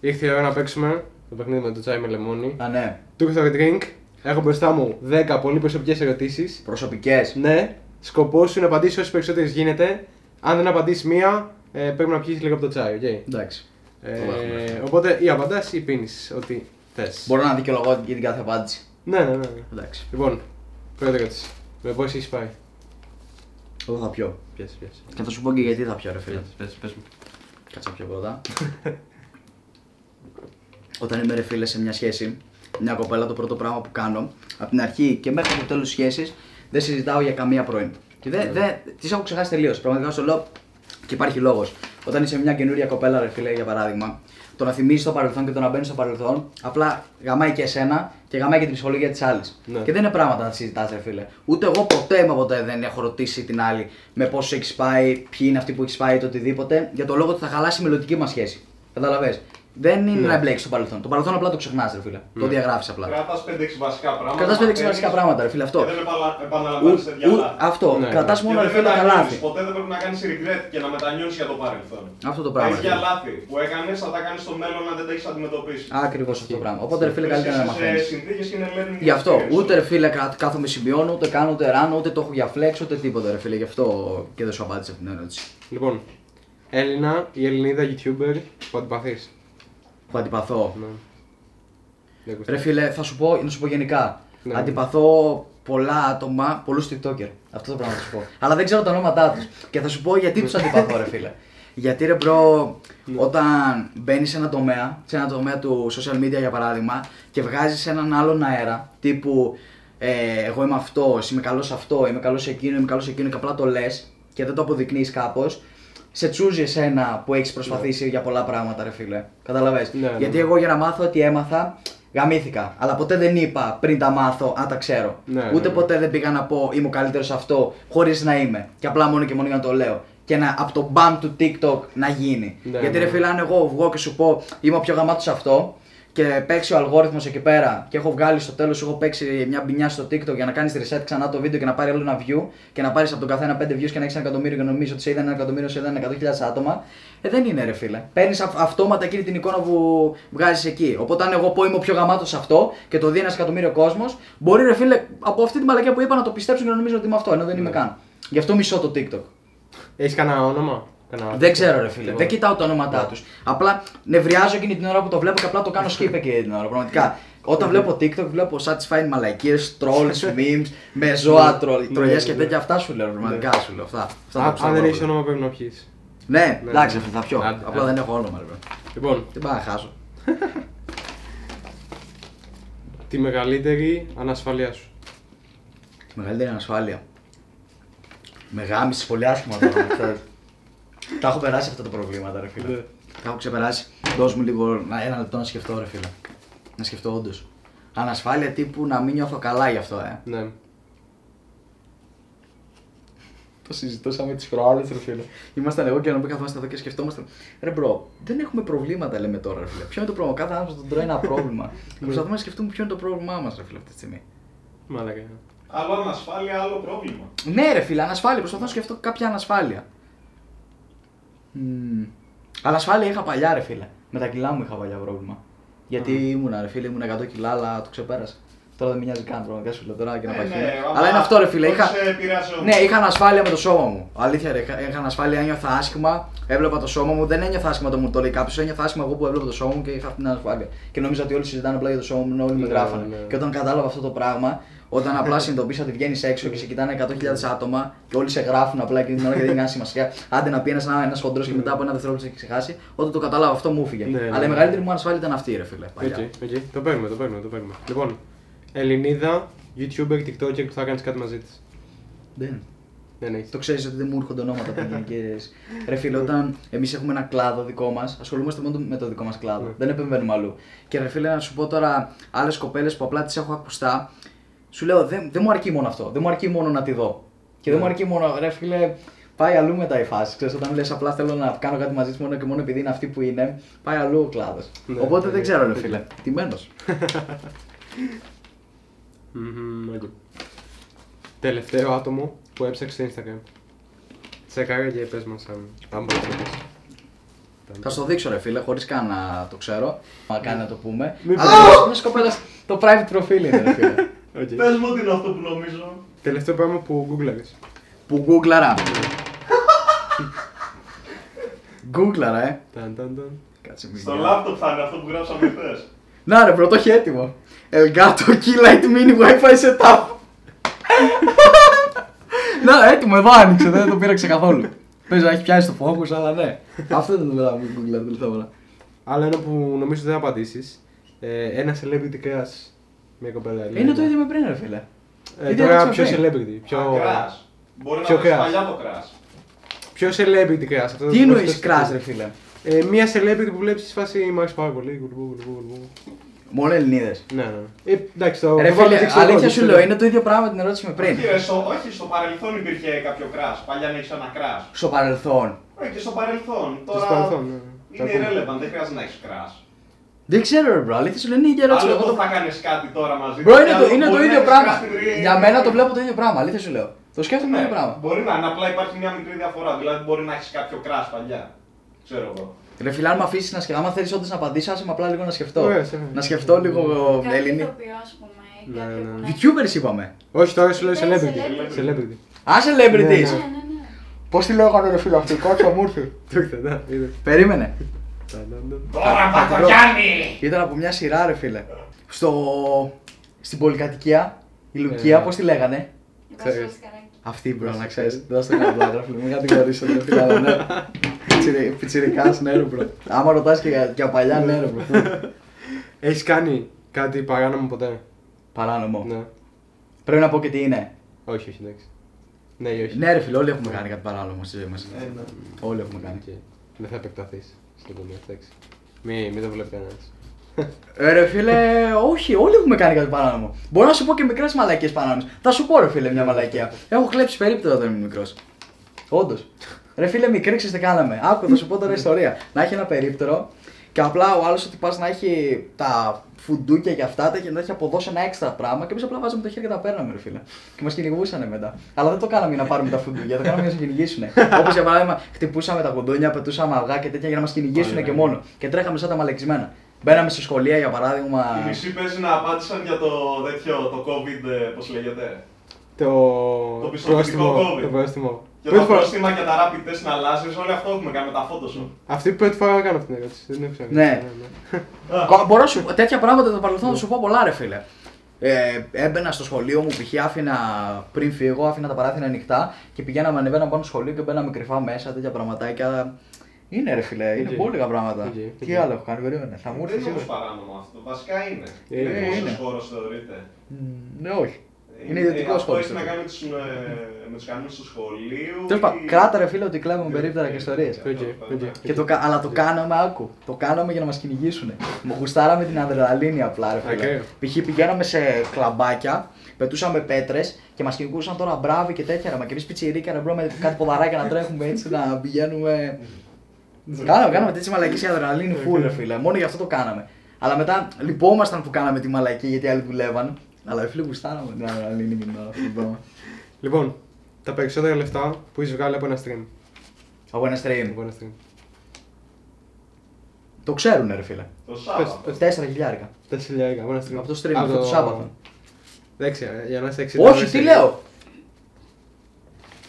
Speaker 1: ήρθε η ώρα να παίξουμε το παιχνίδι με το τσάι με λεμόνι.
Speaker 2: Α, ναι.
Speaker 1: Truth or drink. Έχω μπροστά μου 10 πολύ προσωπικές ερωτήσεις.
Speaker 2: Προσωπικές.
Speaker 1: Ναι, σκοπός σου είναι να απαντήσεις όσες περισσότερες γίνεται. Αν δεν απαντήσεις μία, ε, πρέπει να πιει λίγο από το τσάι, οκ.
Speaker 2: Εντάξει.
Speaker 1: Ε,
Speaker 2: Το δέχομαι αυτό.
Speaker 1: οπότε ή απαντάς ή πίνεις ό,τι θες.
Speaker 2: Μπορώ να δικαιολογώ για την κάθε απάντηση.
Speaker 1: Ναι, ναι, ναι. ναι.
Speaker 2: Εντάξει.
Speaker 1: Λοιπόν, πρώτη ερώτηση. Με πώς έχεις πάει.
Speaker 2: Εγώ θα πιω.
Speaker 1: Πιάσει, πιάσει.
Speaker 2: Και θα σου πω και γιατί θα πιω, ρε φίλε.
Speaker 1: Πες, πες μου.
Speaker 2: Κάτσε πιο πρώτα. Όταν είμαι ρε φίλε σε μια σχέση, μια κοπέλα το πρώτο πράγμα που κάνω, από την αρχή και μέχρι το τέλος της σχέσης, δεν συζητάω για καμία πρώην. Και δεν, δεν, τις έχω ξεχάσει τελείως. Πραγματικά σου λέω και υπάρχει λόγος. Όταν είσαι μια καινούρια κοπέλα, ρε φίλε, για παράδειγμα, το να θυμίζεις το παρελθόν και το να μπαίνεις στο παρελθόν, απλά γαμάει και εσένα και γαμάει και την ψυχολογία της άλλης.
Speaker 1: Ναι.
Speaker 2: Και δεν είναι πράγματα να συζητάς, ρε φίλε. Ούτε εγώ ποτέ μα ποτέ δεν έχω ρωτήσει την άλλη με πόσο έχει πάει, ποιοι είναι αυτοί που έχει πάει, το οτιδήποτε, για το λόγο ότι θα χαλάσει η μελλοντική μας σχέση. Καταλαβέ. Δεν
Speaker 1: Ναι.
Speaker 2: είναι να μπλέξει το παρελθόν. Το παρελθόν απλά το ξεχνάς, ρε φίλε. Το διαγράφεις απλά.
Speaker 3: Κρατάς 5-6 βασικά πράγματα.
Speaker 2: Κρατάς 5-6 βασικά
Speaker 3: μαθαίνεις
Speaker 2: πράγματα, ρε φίλε, αυτό.
Speaker 3: Και δεν επαλα- επαναλαμβάνεις
Speaker 2: Ου-
Speaker 3: τέτοια
Speaker 2: ου-
Speaker 3: λάθη.
Speaker 2: αυτό.
Speaker 1: Ναι,
Speaker 2: Κρατά
Speaker 3: Και
Speaker 2: μόνο ρε
Speaker 3: δεν
Speaker 2: φίλε
Speaker 3: πρέπει
Speaker 2: τα
Speaker 3: να κάνεις.
Speaker 2: λάθη.
Speaker 3: Ποτέ δεν πρέπει να κάνεις regret και να μετανιώσεις για το παρελθόν.
Speaker 2: Αυτό το πράγμα,
Speaker 3: Τα ίδια
Speaker 2: ρε.
Speaker 3: λάθη που έκανες θα τα κάνεις στο μέλλον αν δεν τα έχεις αντιμετωπίσει.
Speaker 2: Ακριβώς αυτό το πράγμα. Οπότε, ρε φίλε,
Speaker 3: Βρίσκεσαι
Speaker 2: καλύτερα να μαθαίνει.
Speaker 3: Σε συνθήκες και ε, είναι learning.
Speaker 2: Γι' αυτό
Speaker 3: experience.
Speaker 2: ούτε ρε φίλε κρα- κάθομαι συμπιώνω, ούτε κάνω ούτε ράνω, ούτε το έχω για flex, ούτε τίποτα ρε φίλε. Γι' αυτό και δεν σου απάντησα αυτήν την ερώτηση.
Speaker 1: Λοιπόν, Έλληνα ή Ελληνίδα YouTuber που αντιπαθεί.
Speaker 2: Που αντιπαθώ.
Speaker 1: Ναι. Δεν ακούς.
Speaker 2: Ρε φίλε, θα σου πω, να σου πω γενικά.
Speaker 1: Ναι.
Speaker 2: Αντιπαθώ πολλά άτομα, πολλούς TikToker. Αυτό το πράγμα θα σου πω. Αλλά δεν ξέρω τα ονόματά τους. Και θα σου πω γιατί
Speaker 1: Ναι.
Speaker 2: του αντιπαθώ, ρε φίλε. Γιατί ρε μπρο, όταν μπαίνεις σε ένα τομέα, σε ένα τομέα του social media για παράδειγμα, και βγάζεις έναν άλλον αέρα, τύπου ε, εγώ είμαι αυτός, είμαι καλός σε αυτό, είμαι καλός σε εκείνο, είμαι καλός σε εκείνο, και απλά το λες και δεν το αποδεικνύεις κάπως, σε τσούζει εσένα που έχεις προσπαθήσει για πολλά πράγματα, ρε φίλε. Καταλαβες.
Speaker 1: Ναι, ναι,
Speaker 2: Γιατί
Speaker 1: ναι.
Speaker 2: εγώ για να μάθω ότι έμαθα, γαμήθηκα. Αλλά ποτέ δεν είπα πριν τα μάθω, αν τα ξέρω.
Speaker 1: Ναι, ναι,
Speaker 2: Ούτε
Speaker 1: ναι.
Speaker 2: ποτέ δεν πήγα να πω είμαι ο καλύτερος σε αυτό, χωρίς να είμαι. Και απλά μόνο και μόνο για να το λέω. Και να, από το μπαμ του TikTok να γίνει.
Speaker 1: Ναι,
Speaker 2: Γιατί
Speaker 1: ναι.
Speaker 2: ρε φίλε, αν εγώ βγω και σου πω είμαι ο πιο γαμάτος σε αυτό και παίξει ο αλγόριθμος εκεί πέρα και έχω βγάλει στο τέλος, έχω παίξει μια μπινιά στο TikTok για να κάνεις reset ξανά το βίντεο και να πάρει άλλο ένα view και να πάρεις από τον καθένα 5 views και να έχεις ένα εκατομμύριο και να νομίζει ότι σε είδαν ένα εκατομμύριο, σε είδαν 100.000 άτομα. Ε, δεν είναι ρε φίλε. Παίρνεις αυτόματα εκείνη την εικόνα που βγάζεις εκεί. Οπότε αν εγώ πω είμαι ο πιο γαμάτος σε αυτό και το δει ένας εκατομμύριο κόσμος, μπορεί ρε φίλε από αυτή τη μαλακία που είπα να το πιστέψουν και να νομίζουν ότι είμαι αυτό, ενώ δεν είμαι καν. Γι' αυτό μισώ το TikTok.
Speaker 1: Έχεις κανένα όνομα. Κανένα...
Speaker 2: Δεν ξέρω, ρε φίλε.
Speaker 1: Λοιπόν.
Speaker 2: Δεν κοιτάω τα ονόματά τους. Απλά νευριάζω εκείνη την ώρα που το βλέπω και απλά το κάνω skip εκείνη την ώρα. Πραγματικά. Όταν
Speaker 1: Ναι.
Speaker 2: βλέπω TikTok, βλέπω satisfying μαλακίες, trolls, memes, με ζώα
Speaker 1: Ναι, ναι,
Speaker 2: τρολιές και
Speaker 1: ναι.
Speaker 2: τέτοια. Αυτά σου λέω, πραγματικά σου λέω. Αυτά. Αυτά τα
Speaker 1: Α,
Speaker 2: ψάχνω
Speaker 1: Αν δεν
Speaker 2: όλα.
Speaker 1: έχει όνομα πρέπει να πιει.
Speaker 2: Ναι, εντάξει,
Speaker 1: ναι.
Speaker 2: θα πιω.
Speaker 1: Άντε,
Speaker 2: Απλά
Speaker 1: άντε.
Speaker 2: δεν έχω όνομα, ρε. παιδί.
Speaker 1: Λοιπόν,
Speaker 2: Δεν πάω να χάσω.
Speaker 1: τη μεγαλύτερη ανασφαλεία σου.
Speaker 2: Τη μεγαλύτερη ανασφάλεια. Με γάμισε πολύ άσχημα τώρα. να ξέρεις. Τα έχω περάσει αυτά τα προβλήματα, ρε φίλε.
Speaker 1: Ναι.
Speaker 2: Τα έχω ξεπεράσει. Δώσ' μου λίγο να- ένα λεπτό να σκεφτώ, ρε φίλε. Να σκεφτώ, όντως. Ανασφάλεια τύπου να μην νιώθω καλά γι' αυτό, ε.
Speaker 1: Ναι.
Speaker 2: Το συζητούσαμε τις προάλλες, ρε φίλε. Ήμασταν εγώ και να μην καθόμαστε εδώ και σκεφτόμαστε. Ρε μπρο, δεν έχουμε προβλήματα, λέμε τώρα, ρε φίλε. Ποιο είναι το πρόβλημα, κάθε άνθρωπος τον τρώει ένα πρόβλημα. Προσπαθούμε να σκεφτούμε ποιο είναι το πρόβλημά μας, ρε φίλε, αυτή τη στιγμή.
Speaker 1: Μαλάκα.
Speaker 3: Άλλο ανασφάλεια, άλλο πρόβλημα.
Speaker 2: Ναι, ρε φίλε, ανασφάλεια. Προσπαθώ να σκεφτώ κάποια ανασφάλεια. Μμμ. Ανασφάλεια είχα παλιά, ρε φίλε. Με τα κιλά μου είχα παλιά πρόβλημα. Γιατί
Speaker 1: Μμμ.
Speaker 2: ήμουνα, ρε φίλε, ήμουν 100 κιλά, αλλά το ξεπέρασα. Τώρα δεν με νοιάζει καν πραγματικά σου λέω τώρα και να
Speaker 3: Ε,
Speaker 2: πάει
Speaker 3: ναι,
Speaker 2: χέρι.
Speaker 3: άμα
Speaker 2: Αλλά είναι αυτό, ρε φίλε.
Speaker 3: δεν
Speaker 2: Είχα...
Speaker 3: σε επηρεάζει όμως.
Speaker 2: Ναι, είχα ανασφάλεια με το σώμα μου. Αλήθεια, ρε. είχα- Είχα ανασφάλεια, ένιωθα άσχημα. Έβλεπα το σώμα μου. Δεν ένιωθα άσχημα το μου το λέει κάποιο. Ένιωθα άσχημα εγώ που έβλεπα το σώμα μου και είχα αυτή την ανασφάλεια. Και νόμιζα ότι όλοι συζητάνε απλά για το σώμα μου, ενώ όλοι με
Speaker 1: Ναι,
Speaker 2: γράφανε.
Speaker 1: ναι.
Speaker 2: Και όταν κατάλαβα αυτό το πράγμα, όταν απλά συνειδητοποίησα ότι βγαίνεις έξω και σε κοιτάνε 100.000 άτομα και όλοι σε γράφουν απλά εκείνη την ώρα και δεν έχει κανένα σημασία. Άντε να πει ένας ένας χοντρός και μετά από ένα δευτερόλεπτο σε έχει ξεχάσει. Όταν το κατάλαβα αυτό μου έφυγε.
Speaker 1: Ναι, ναι,
Speaker 2: Αλλά η
Speaker 1: ναι.
Speaker 2: μεγαλύτερη μου ανασφάλεια ήταν αυτή, ρε φίλε.
Speaker 1: Οκ,
Speaker 2: παλιά.
Speaker 1: οκ. Το παίρνουμε, το παίρνουμε, το παίρνουμε. Λοιπόν, Ελληνίδα, YouTuber, TikToker που θα κάνεις κάτι μαζί της.
Speaker 2: Δεν.
Speaker 1: Δεν έχεις.
Speaker 2: Το ξέρεις ότι δεν μου έρχονται ονόματα από γενικέ. Ρε φίλε, όταν εμείς έχουμε ένα κλάδο δικό μας, ασχολούμαστε μόνο με το δικό μας κλάδο.
Speaker 1: Ναι.
Speaker 2: Δεν επεμβαίνουμε αλλού. Και ρε φίλε, να σου πω τώρα άλλες κοπέλες που απλά τις έχω ακουστά, σου λέω δεν, δεν μου αρκεί μόνο αυτό. Δεν μου αρκεί μόνο να τη δω. Και
Speaker 1: Ναι.
Speaker 2: δεν μου αρκεί μόνο, ρε φίλε, πάει αλλού μετά η φάση. Ξέρεις, όταν λες απλά θέλω να κάνω κάτι μαζί της μόνο και μόνο επειδή είναι αυτή που είναι, πάει αλλού ο κλάδος.
Speaker 1: Ναι,
Speaker 2: Οπότε
Speaker 1: ναι,
Speaker 2: δεν ξέρω, ρε
Speaker 1: ναι.
Speaker 2: φίλε. Τιμένος.
Speaker 1: Μμμ, οκ. Τελευταίο άτομο που έψαξε στο Instagram. Τσεκάρα και πες μας αν αν μπορείς να πεις.
Speaker 2: Θα σου το δείξω, ρε φίλε, χωρίς καν να το ξέρω. Μα καν να το πούμε.
Speaker 1: Μη
Speaker 2: Αλλά
Speaker 1: πεις.
Speaker 2: μια κοπέλα. Το private profile είναι, ρε φίλε.
Speaker 1: Οκ.
Speaker 3: Πες μου τι είναι αυτό που νομίζω.
Speaker 1: Τελευταίο πράγμα που γκούγκλαρες.
Speaker 2: Που γκούγκλαρα. Γκούγκλαρα, ε.
Speaker 1: Ταν, ταν, ταν.
Speaker 2: Κάτσε μην.
Speaker 3: Στο λάπτοπ θα είναι αυτό που γράψαμε χθες.
Speaker 2: Να ρε, μπρο, το έχει έτοιμο. Elgato Keylight Mini Wi-Fi Setup. Να, έτοιμο, εδώ άνοιξε, δεν το πήραξε καθόλου. Παίζω, έχει πιάσει το focus, αλλά ναι. Αυτό ήταν το πράγμα που γκούγκλαρα τελευταία φορά.
Speaker 1: Άλλο ένα που νομίζω δεν θα απαντήσεις. Ε, ένα celebrity crush. Μια κοπέλα.
Speaker 2: Είναι
Speaker 1: Ελληνίδα.
Speaker 2: το ίδιο με πριν, ρε φίλε.
Speaker 1: Ε,
Speaker 2: ίδιο το
Speaker 1: τώρα πιο
Speaker 2: ίδιο με
Speaker 1: celebrity. Πιο,
Speaker 3: Α, κράς. Μπορεί να
Speaker 1: Ποιο
Speaker 3: βρεις
Speaker 1: κράς?
Speaker 3: παλιά το κράς.
Speaker 1: πιο celebrity crush. Αυτό
Speaker 2: Τι
Speaker 1: το-
Speaker 2: εννοείς
Speaker 1: αυτό-
Speaker 2: crash, ρε φίλε.
Speaker 1: Ε, μια celebrity που βλέπεις στη φάση μ' άρεσε πάρα πολύ. Γουλμπού, γουλμπού, γουλμπού.
Speaker 2: Μόνο Ελληνίδες.
Speaker 1: Ναι, ναι. Ε, εντάξει, το
Speaker 2: Ρε
Speaker 1: το βάλω
Speaker 2: φίλε,
Speaker 1: δεξιό,
Speaker 2: αλήθεια
Speaker 1: δεξιό.
Speaker 2: σου λέω, είναι το ίδιο πράγμα με την ερώτηση με πριν.
Speaker 3: Όχι, ρε, στο- όχι, στο παρελθόν υπήρχε κάποιο κράς. Παλιά να έχεις ένα κράς.
Speaker 2: Στο παρελθόν.
Speaker 3: Ε, και στο παρελθόν. Τώρα
Speaker 1: στο παρελθόν, ναι.
Speaker 3: είναι
Speaker 1: Τα ακούμε.
Speaker 3: irrelevant, δεν χρειάζεται να έχεις κρας.
Speaker 2: Δεν ξέρω, ρε μπρο, αλήθεια σου λέω, είναι η ίδια ερώτηση.
Speaker 3: Άλλο
Speaker 2: Εγώ
Speaker 3: το
Speaker 2: το-
Speaker 3: θα κάνεις κάτι τώρα μαζί
Speaker 2: Μπρο,
Speaker 3: του,
Speaker 2: είναι
Speaker 3: άλλο
Speaker 2: το, είναι το
Speaker 3: μπορεί να
Speaker 2: ίδιο
Speaker 3: έχεις
Speaker 2: πράγμα.
Speaker 3: κράσει την-
Speaker 2: Για μένα το βλέπω το ίδιο πράγμα, αλήθεια σου λέω. Το σκέφτομαι το
Speaker 3: Ναι,
Speaker 2: ίδιο πράγμα.
Speaker 3: Μπορεί να είναι, απλά υπάρχει μια μικρή διαφορά. Δηλαδή μπορεί να έχεις κάποιο κρας παλιά. Ξέρω εγώ.
Speaker 2: Ρε φίλε, αν με αφήσεις να σκεφτώ, άμα θέλεις όντως να απαντήσεις, άσε με απλά λίγο να σκεφτώ.
Speaker 1: Ωραία, σε-
Speaker 2: Να σκεφτώ λίγο
Speaker 3: Ναι.
Speaker 4: Κάτι
Speaker 2: Ελληνί.
Speaker 4: ηθοποιός, ας πούμε.
Speaker 1: Ναι,
Speaker 4: κάποιο
Speaker 1: ναι.
Speaker 4: που να-
Speaker 2: YouTubers είπαμε.
Speaker 1: Όχι, τώρα σου λέω
Speaker 4: Ναι,
Speaker 1: celebrity.
Speaker 3: celebrity.
Speaker 1: Celebrity.
Speaker 2: Α,
Speaker 1: Ναι,
Speaker 2: celebrities.
Speaker 1: ναι.
Speaker 4: Ναι, ναι, ναι.
Speaker 2: Πώς τη λέω εγώ, ρε φίλε, αυτή κότσα μου ήρθε.
Speaker 1: Το είδα, ναι, είδα.
Speaker 2: Περίμενε.
Speaker 1: Τα, τα, τα.
Speaker 3: Τώρα Πακογιάννη!
Speaker 2: Ήταν από μια σειρά, ρε φίλε. Στο. Στην πολυκατοικία, η Λουκία,
Speaker 1: Ε.
Speaker 2: πώς τη λέγανε.
Speaker 4: Ο
Speaker 1: Ξέρεις.
Speaker 4: Βασίλης Καράκης.
Speaker 2: Αυτή η μπρο, να ξέρει. Δεν θα το κάνω πλάκα, φίλε. Μην κατηγορήσω τον φίλο, αλλά ναι. Πιτσυρικά, ναι, ρε μπρο. Άμα ρωτάς και για- για παλιά, ναι, ρε μπρο.
Speaker 1: Έχεις κάνει κάτι παράνομο ποτέ.
Speaker 2: Παράνομο.
Speaker 1: Ναι.
Speaker 2: Πρέπει να πω και τι είναι.
Speaker 1: Όχι, όχι, εντάξει. Ναι ή όχι.
Speaker 2: Ναι, ρε φίλε, όλοι έχουμε κάνει κάτι παράνομο στη ζωή μας.
Speaker 3: Ε, ναι.
Speaker 2: Όλοι έχουμε κάνει.
Speaker 1: Οκ. Δεν θα επεκταθείς στην κομμάτια, εντάξει. Μη, μη το βλέπει κανένας.
Speaker 2: Ε, ρε φίλε, όχι, όλοι έχουμε κάνει κάτι παράνομο. Μπορώ να σου πω και μικρές μαλακίες παράνομες. Θα σου πω, ρε φίλε, μια μαλακία. Έχω κλέψει περίπτωση όταν ήμουν μικρός. Όντως. Ρε φίλε, μικρή ξέρεις τι κάναμε. Άκου, θα σου πω τώρα ιστορία. Να έχει ένα περίπτερο και απλά ο άλλος ότι πας να έχει τα φουντούκια και αυτά τα και να έχει αποδώσει ένα έξτρα πράγμα και εμείς απλά βάζαμε το χέρι και τα παίρναμε, ρε φίλε. Και μας κυνηγούσανε μετά. Αλλά δεν το κάναμε για να πάρουμε τα φουντούκια, το κάναμε για να μα κυνηγήσουν. Όπως για παράδειγμα, χτυπούσαμε τα κοντόνια, πετούσαμε αυγά και τέτοια για να μας κυνηγήσουν
Speaker 1: Ωραία.
Speaker 2: και μόνο. Και τρέχαμε σαν τα μαλεξιμένα. Μπαίναμε σε σχολεία για παράδειγμα.
Speaker 3: Οι μισοί παίζει να απάντησαν για το τέτοιο, το COVID, ε, πώς λέγεται.
Speaker 1: Το
Speaker 3: Το πιστοποιητικό COVID.
Speaker 1: Το πρόστιμο.
Speaker 3: Και
Speaker 1: Πρώτη
Speaker 3: το
Speaker 1: φορά.
Speaker 3: πρόστιμα και τα rapid test να αλλάζεις, όλο αυτό έχουμε κάνει με τα Photoshop.
Speaker 1: Αυτή που πρώτη φορά κάνω αυτή την ερώτηση. Δεν έχω ξανακάνει.
Speaker 2: Ναι.
Speaker 1: ναι.
Speaker 3: Α,
Speaker 2: Κο- Μπορώ να σου τέτοια πράγματα το παρελθόν θα σου πω πολλά, ρε φίλε. Ε, έμπαινα στο σχολείο μου, π.χ. άφηνα πριν φύγω, άφηνα τα παράθυρα ανοιχτά και πηγαίναμε, ανεβαίναμε πάνω στο σχολείο και μπαίναμε κρυφά μέσα, τέτοια πραγματάκια. Είναι ρε φίλε, είναι
Speaker 1: Οκ.
Speaker 2: πολύ λίγα πράγματα.
Speaker 1: Οκ, οκ.
Speaker 2: Τι άλλο έχω κάνει, περίμενε, θα μου έρθει
Speaker 3: Δεν είναι όμως
Speaker 2: σίγουρα.
Speaker 3: παράνομο αυτό. Βασικά είναι.
Speaker 1: Ε,
Speaker 3: Είναι
Speaker 1: είναι.
Speaker 3: δημόσιος χώρος θεωρείται.
Speaker 2: Ναι, όχι.
Speaker 3: Ε,
Speaker 2: Είναι ιδιωτικό
Speaker 3: αυτό
Speaker 2: σχόλιο,
Speaker 3: Έχει να
Speaker 2: αυτό.
Speaker 3: κάνει με τους, ε, με τους κανόνες του σχολείου.
Speaker 2: Τέλος πάντων,
Speaker 3: ή-
Speaker 2: κράτα ρε φίλε ότι κλέβουμε περίπτερα και
Speaker 3: Ε,
Speaker 2: ιστορίες.
Speaker 3: αυτό,
Speaker 1: Οκ,
Speaker 3: αυτό,
Speaker 1: οκ.
Speaker 3: ναι.
Speaker 2: Και το, κα- αλλά το κάναμε, άκου. Το κάναμε για να μα κυνηγήσουν. Μου γουστάραμε την αδρεναλίνη απλά, ρε φίλε.
Speaker 1: Ακραίο.
Speaker 2: Π.χ. πηγαίναμε σε κλαμπάκια, πετούσαμε πέτρε και μα κυνηγούσαν τώρα μπράβοι και τέτοια. ρε, Μα και εμεί πιτσιρίκα ρε, μπρο με κάτι ποδαράκια να τρέχουμε έτσι, να πηγαίνουμε. κάναμε, κάναμε τέτοιε μαλακίε η αδρεναλίνη full, ρε φίλε. Μόνο γι' αυτό το κάναμε. Αλλά μετά λυπόμασταν που κάναμε τη μαλακή γιατί οι άλλοι δουλεύαν. Αλλά ρε φίλε γουστάραμε την αδρεναλίνη και την αυτό το πράγμα.
Speaker 1: Λοιπόν, τα περισσότερα λεφτά που έχεις βγάλει από ένα stream.
Speaker 2: Από ένα stream.
Speaker 1: Από ένα stream.
Speaker 2: Το ξέρουνε, ρε φίλε.
Speaker 3: Το Σάββατο.
Speaker 1: Πες,
Speaker 2: 4 χιλιάρικα.
Speaker 1: Τα χιλιάρικα από ένα stream.
Speaker 2: Από το stream, αυτό το Σάββατο.
Speaker 1: Εντάξει, ε, για να είσαι 60.
Speaker 2: Όχι,
Speaker 1: να
Speaker 2: τι
Speaker 1: είσαι-
Speaker 2: λέω.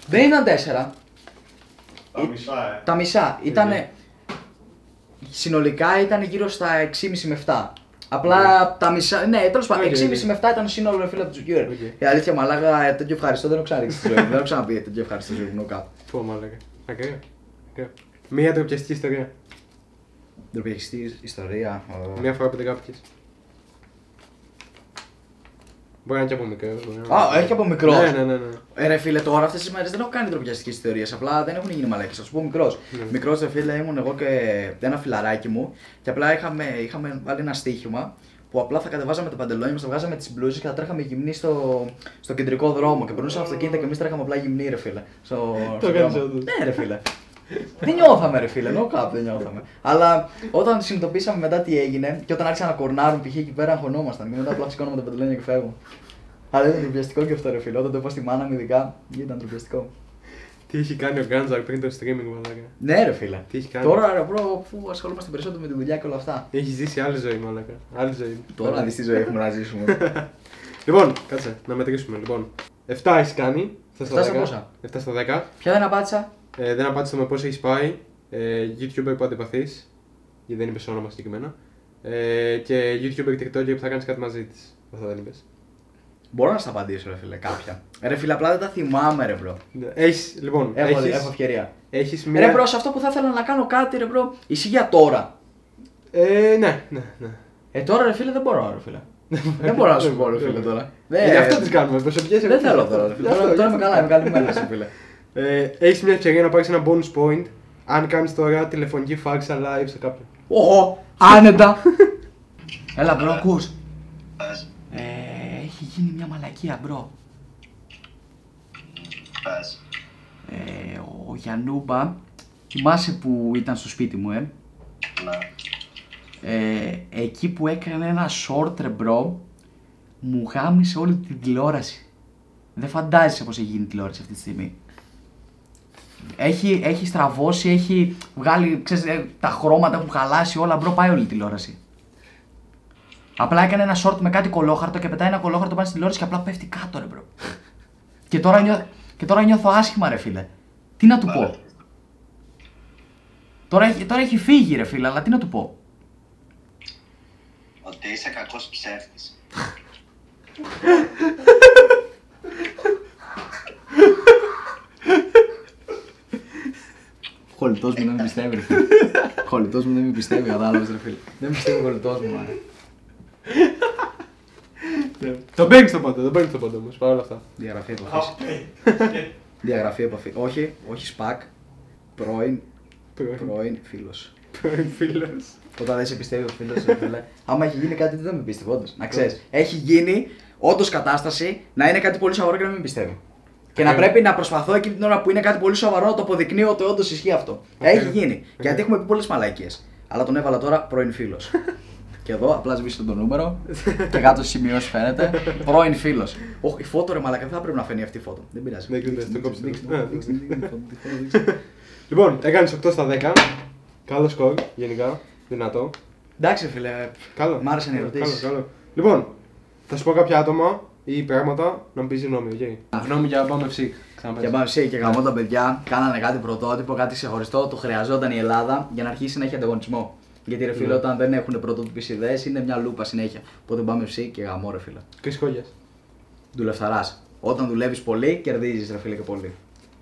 Speaker 2: Δεν ήταν τέσσερα.
Speaker 3: Τα μισά, ε.
Speaker 2: Τα μισά. Ήταν.
Speaker 1: Ναι.
Speaker 2: Συνολικά ήταν γύρω στα 6,5 με 7. Απλά τα μισά. Ναι, τέλος πάντων.
Speaker 1: Οκ,
Speaker 2: 6,5
Speaker 1: οκ.
Speaker 2: με 7 ήταν σύνολο ρε φίλε από τους Γιούρ.
Speaker 1: Οκ.
Speaker 2: Η αλήθεια μαλάκα ε, τέτοιο ευχαριστώ δεν έχω ξαναδεί στη ζωή μου. Δεν έχω ξαναπεί τέτοιο ευχαριστώ στη ζωή μου κάπου.
Speaker 1: Πω μάλλον. Ακραίο. Ακραίο. Μία ντροπιαστική ιστορία.
Speaker 2: Ντροπιαστή ιστορία. ε.
Speaker 1: Μία φορά που δεν κάπηκε. Μπορεί να είναι και από μικρός. μπορεί να-
Speaker 2: Α, έχει και από μικρός.
Speaker 1: Ναι, ναι, ναι. ναι.
Speaker 2: Ε, ρε φίλε, τώρα αυτές τις μέρες δεν έχω κάνει ντροπιαστικές θεωρίε. Απλά δεν έχουν γίνει μαλακές. Θα σου πω μικρός.
Speaker 1: Ναι.
Speaker 2: Μικρός, ρε φίλε, ήμουν εγώ και ένα φιλαράκι μου. Και απλά είχαμε, είχαμε βάλει ένα στοίχημα που απλά θα κατεβάζαμε τα παντελόνια μας, θα βγάζαμε τις μπλούζες και θα τρέχαμε γυμνή στο, στο κεντρικό δρόμο. Και περνούσαν αυτοκίνητα και εμείς τρέχαμε απλά γυμνή, ρε φίλε. Στο, στο
Speaker 1: κάνεις
Speaker 2: δρόμο.
Speaker 1: όντως.
Speaker 2: Ναι, ρε φίλε. δεν νιώθαμε, ρε φίλε. No cap, δεν νιώθαμε. Αλλά όταν συνειδητοποίησαμε μετά τι έγινε και όταν άρχισαν να κορνάρουν, π.χ. εκεί πέρα αγχωνόμασταν. Και μετά απλά σηκώναμε τα παντελόνια και φεύγουμε. Αλλά ήταν τροπιαστικό και αυτό ρε φίλε. Όταν το είπα στη μάνα μου, ειδικά ήταν τροπιαστικό.
Speaker 1: Τι έχει κάνει ο Γκάντζαρ πριν το streaming, μαλάκα.
Speaker 2: Ναι, ρε φίλε.
Speaker 1: Τι έχει κάνει.
Speaker 2: Τώρα ρε προ, που ασχολούμαστε περισσότερο με τη δουλειά και όλα αυτά.
Speaker 1: Έχει ζήσει άλλη ζωή, μαλάκα. Άλλη ζωή.
Speaker 2: Τώρα δεις τι ζωή έχουμε να ζήσουμε.
Speaker 1: Λοιπόν, κάτσε να μετρήσουμε. Λοιπόν, 7 έχεις κάνει. 7
Speaker 2: Εφτά στα πόσα?
Speaker 1: 7 στα 10.
Speaker 2: Ποια δεν απάντησα.
Speaker 1: Ε, δεν απάντησα με πώς έχεις πάει. Ε, YouTuber που αντιπαθεί. Γιατί δεν είπες όνομα συγκεκριμένα. Ε, και YouTuber TikToker που θα κάνεις κάτι μαζί της. Αυτό δεν είπες.
Speaker 2: Μπορώ να σας απαντήσω, ρε φίλε, κάποια. Ρε φίλε, απλά δεν τα θυμάμαι, ρε μπρο.
Speaker 1: Έχεις, λοιπόν,
Speaker 2: Έχω,
Speaker 1: έχεις,
Speaker 2: έχω ευκαιρία.
Speaker 1: έχεις
Speaker 2: Ρε
Speaker 1: μία.
Speaker 2: μπρο, σε αυτό που θα ήθελα να κάνω κάτι, ρε μπρο, ισχύει για τώρα.
Speaker 1: Ε, ναι, ναι, ναι.
Speaker 2: Ε, τώρα ρε φίλε δεν μπορώ, ρε φίλε. δεν μπορώ να σου πω, ρε φίλε τώρα.
Speaker 1: Ε,
Speaker 2: Δεν-
Speaker 1: γι' αυτό τις κάνουμε, προσωπικές
Speaker 2: Ναι, Δεν θέλω τώρα, ρε φίλε. Τώρα- Τώρα είμαι καλά, είμαι καλυμμένο, ρε φίλε.
Speaker 1: Έχει Ε, μια ευκαιρία να πάρεις ένα bonus point αν κάνεις τώρα τηλεφωνική φάξα live σε κάποιον.
Speaker 2: Οχο, άνετα. Έλα, μπρο, ακούς.
Speaker 4: Πες,
Speaker 2: Ε, έχει γίνει μια μαλακία, μπρο.
Speaker 4: πες.
Speaker 2: Ε, ο Γιαννούμπα, θυμάσαι που ήταν στο σπίτι μου, ε.
Speaker 4: Ναι.
Speaker 2: ε εκεί που έκανε ένα short, ρε, μπρο, μου γάμισε όλη την τηλεόραση. Δεν φαντάζεσαι πως έχει γίνει η τηλεόραση αυτή τη στιγμή. Έχει, έχει στραβώσει, έχει βγάλει, ξέρεις, ε, τα χρώματα έχουν χαλάσει όλα, μπρο, πάει όλη η τηλεόραση. Απλά έκανε ένα short με κάτι κολόχαρτο και πετάει ένα κολόχαρτο πάνω στην τηλεόραση και απλά πέφτει κάτω, ρε, μπρο. και, τώρα νιώ, και τώρα νιώθω άσχημα, ρε, φίλε. Τι να του πω. Τώρα, έχει- τώρα έχει φύγει, ρε, φίλε, αλλά τι να του πω.
Speaker 4: Ότι είσαι κακός ψεύτης.
Speaker 2: Χολητό μου δεν με πιστεύει, ρε φίλε. Χολητό μου δεν με πιστεύει, κατάλαβες, ρε φίλε. Δεν με πιστεύει ο χολητό μου, μάνα.
Speaker 1: Το παίρνεις το πάντα, το παίρνεις το πάντα όμω παρόλα αυτά.
Speaker 2: Διαγραφή επαφή.
Speaker 3: Χαπέ.
Speaker 2: Διαγραφή επαφή. Όχι, όχι σπακ. Πρώην, πρώην φίλο.
Speaker 1: Φίλος.
Speaker 2: Όταν δεν σε πιστεύει ο φίλος, ρε φίλε. Άμα έχει γίνει κάτι, δεν με πιστεύει, όντως.
Speaker 1: Ναι.
Speaker 2: Να ξέρεις. Έχει γίνει όντως κατάσταση να είναι κάτι πολύ σοβαρό και να μην με πιστεύει. Και να
Speaker 1: Ακραίο.
Speaker 2: πρέπει να προσπαθώ εκείνη την ώρα που είναι κάτι πολύ σοβαρό να το αποδεικνύω ότι όντως ισχύει αυτό.
Speaker 1: Ακραίο.
Speaker 2: Έχει γίνει.
Speaker 1: Ακραίο.
Speaker 2: Γιατί έχουμε πει πολλές μαλακίε. Αλλά τον έβαλα τώρα πρώην φίλος. και εδώ απλά σβήστε το νούμερο. και κάτω στις σημειώσεις φαίνεται. πρώην φίλος. Όχι, η φώτο ρε μαλακά, δεν θα πρέπει να φαίνει αυτή η φώτο. Δεν πειράζει.
Speaker 1: Ναι, κοιτάξτε, το κόψτε.
Speaker 2: Δείξτε, δείξτε,
Speaker 1: Ε,
Speaker 2: δείξτε,
Speaker 1: ναι.
Speaker 2: δείξτε, δείξτε, δείξτε.
Speaker 1: Λοιπόν, έκανες 8 στα 10. Καλό σκορ γενικά. Δυνατό.
Speaker 2: Εντάξει, φίλε.
Speaker 1: Καλό.
Speaker 2: Μ' άρεσαν οι
Speaker 1: Καλό,
Speaker 2: ερωτήσεις.
Speaker 1: Καλό, καλό. Λοιπόν, θα σου πω κάποια άτομα ή πράγματα να μου πεις γνώμη, οκ. Γνώμη για πάμε ψή.
Speaker 2: Και πάμε σε και γαμώ τα παιδιά. Κάνανε κάτι πρωτότυπο, κάτι ξεχωριστό. Το χρειαζόταν η Ελλάδα για να αρχίσει να έχει ανταγωνισμό. Γιατί ρε φίλε,
Speaker 1: Ναι.
Speaker 2: όταν δεν έχουν πρωτότυπες ιδέες, είναι μια λούπα συνέχεια. Οπότε πάμε ψή και γαμώ, ρε φίλε.
Speaker 1: Κρυ Κόγιας.
Speaker 2: Δουλευταράς. Όταν δουλεύεις πολύ, κερδίζεις, ρε φίλε και πολύ.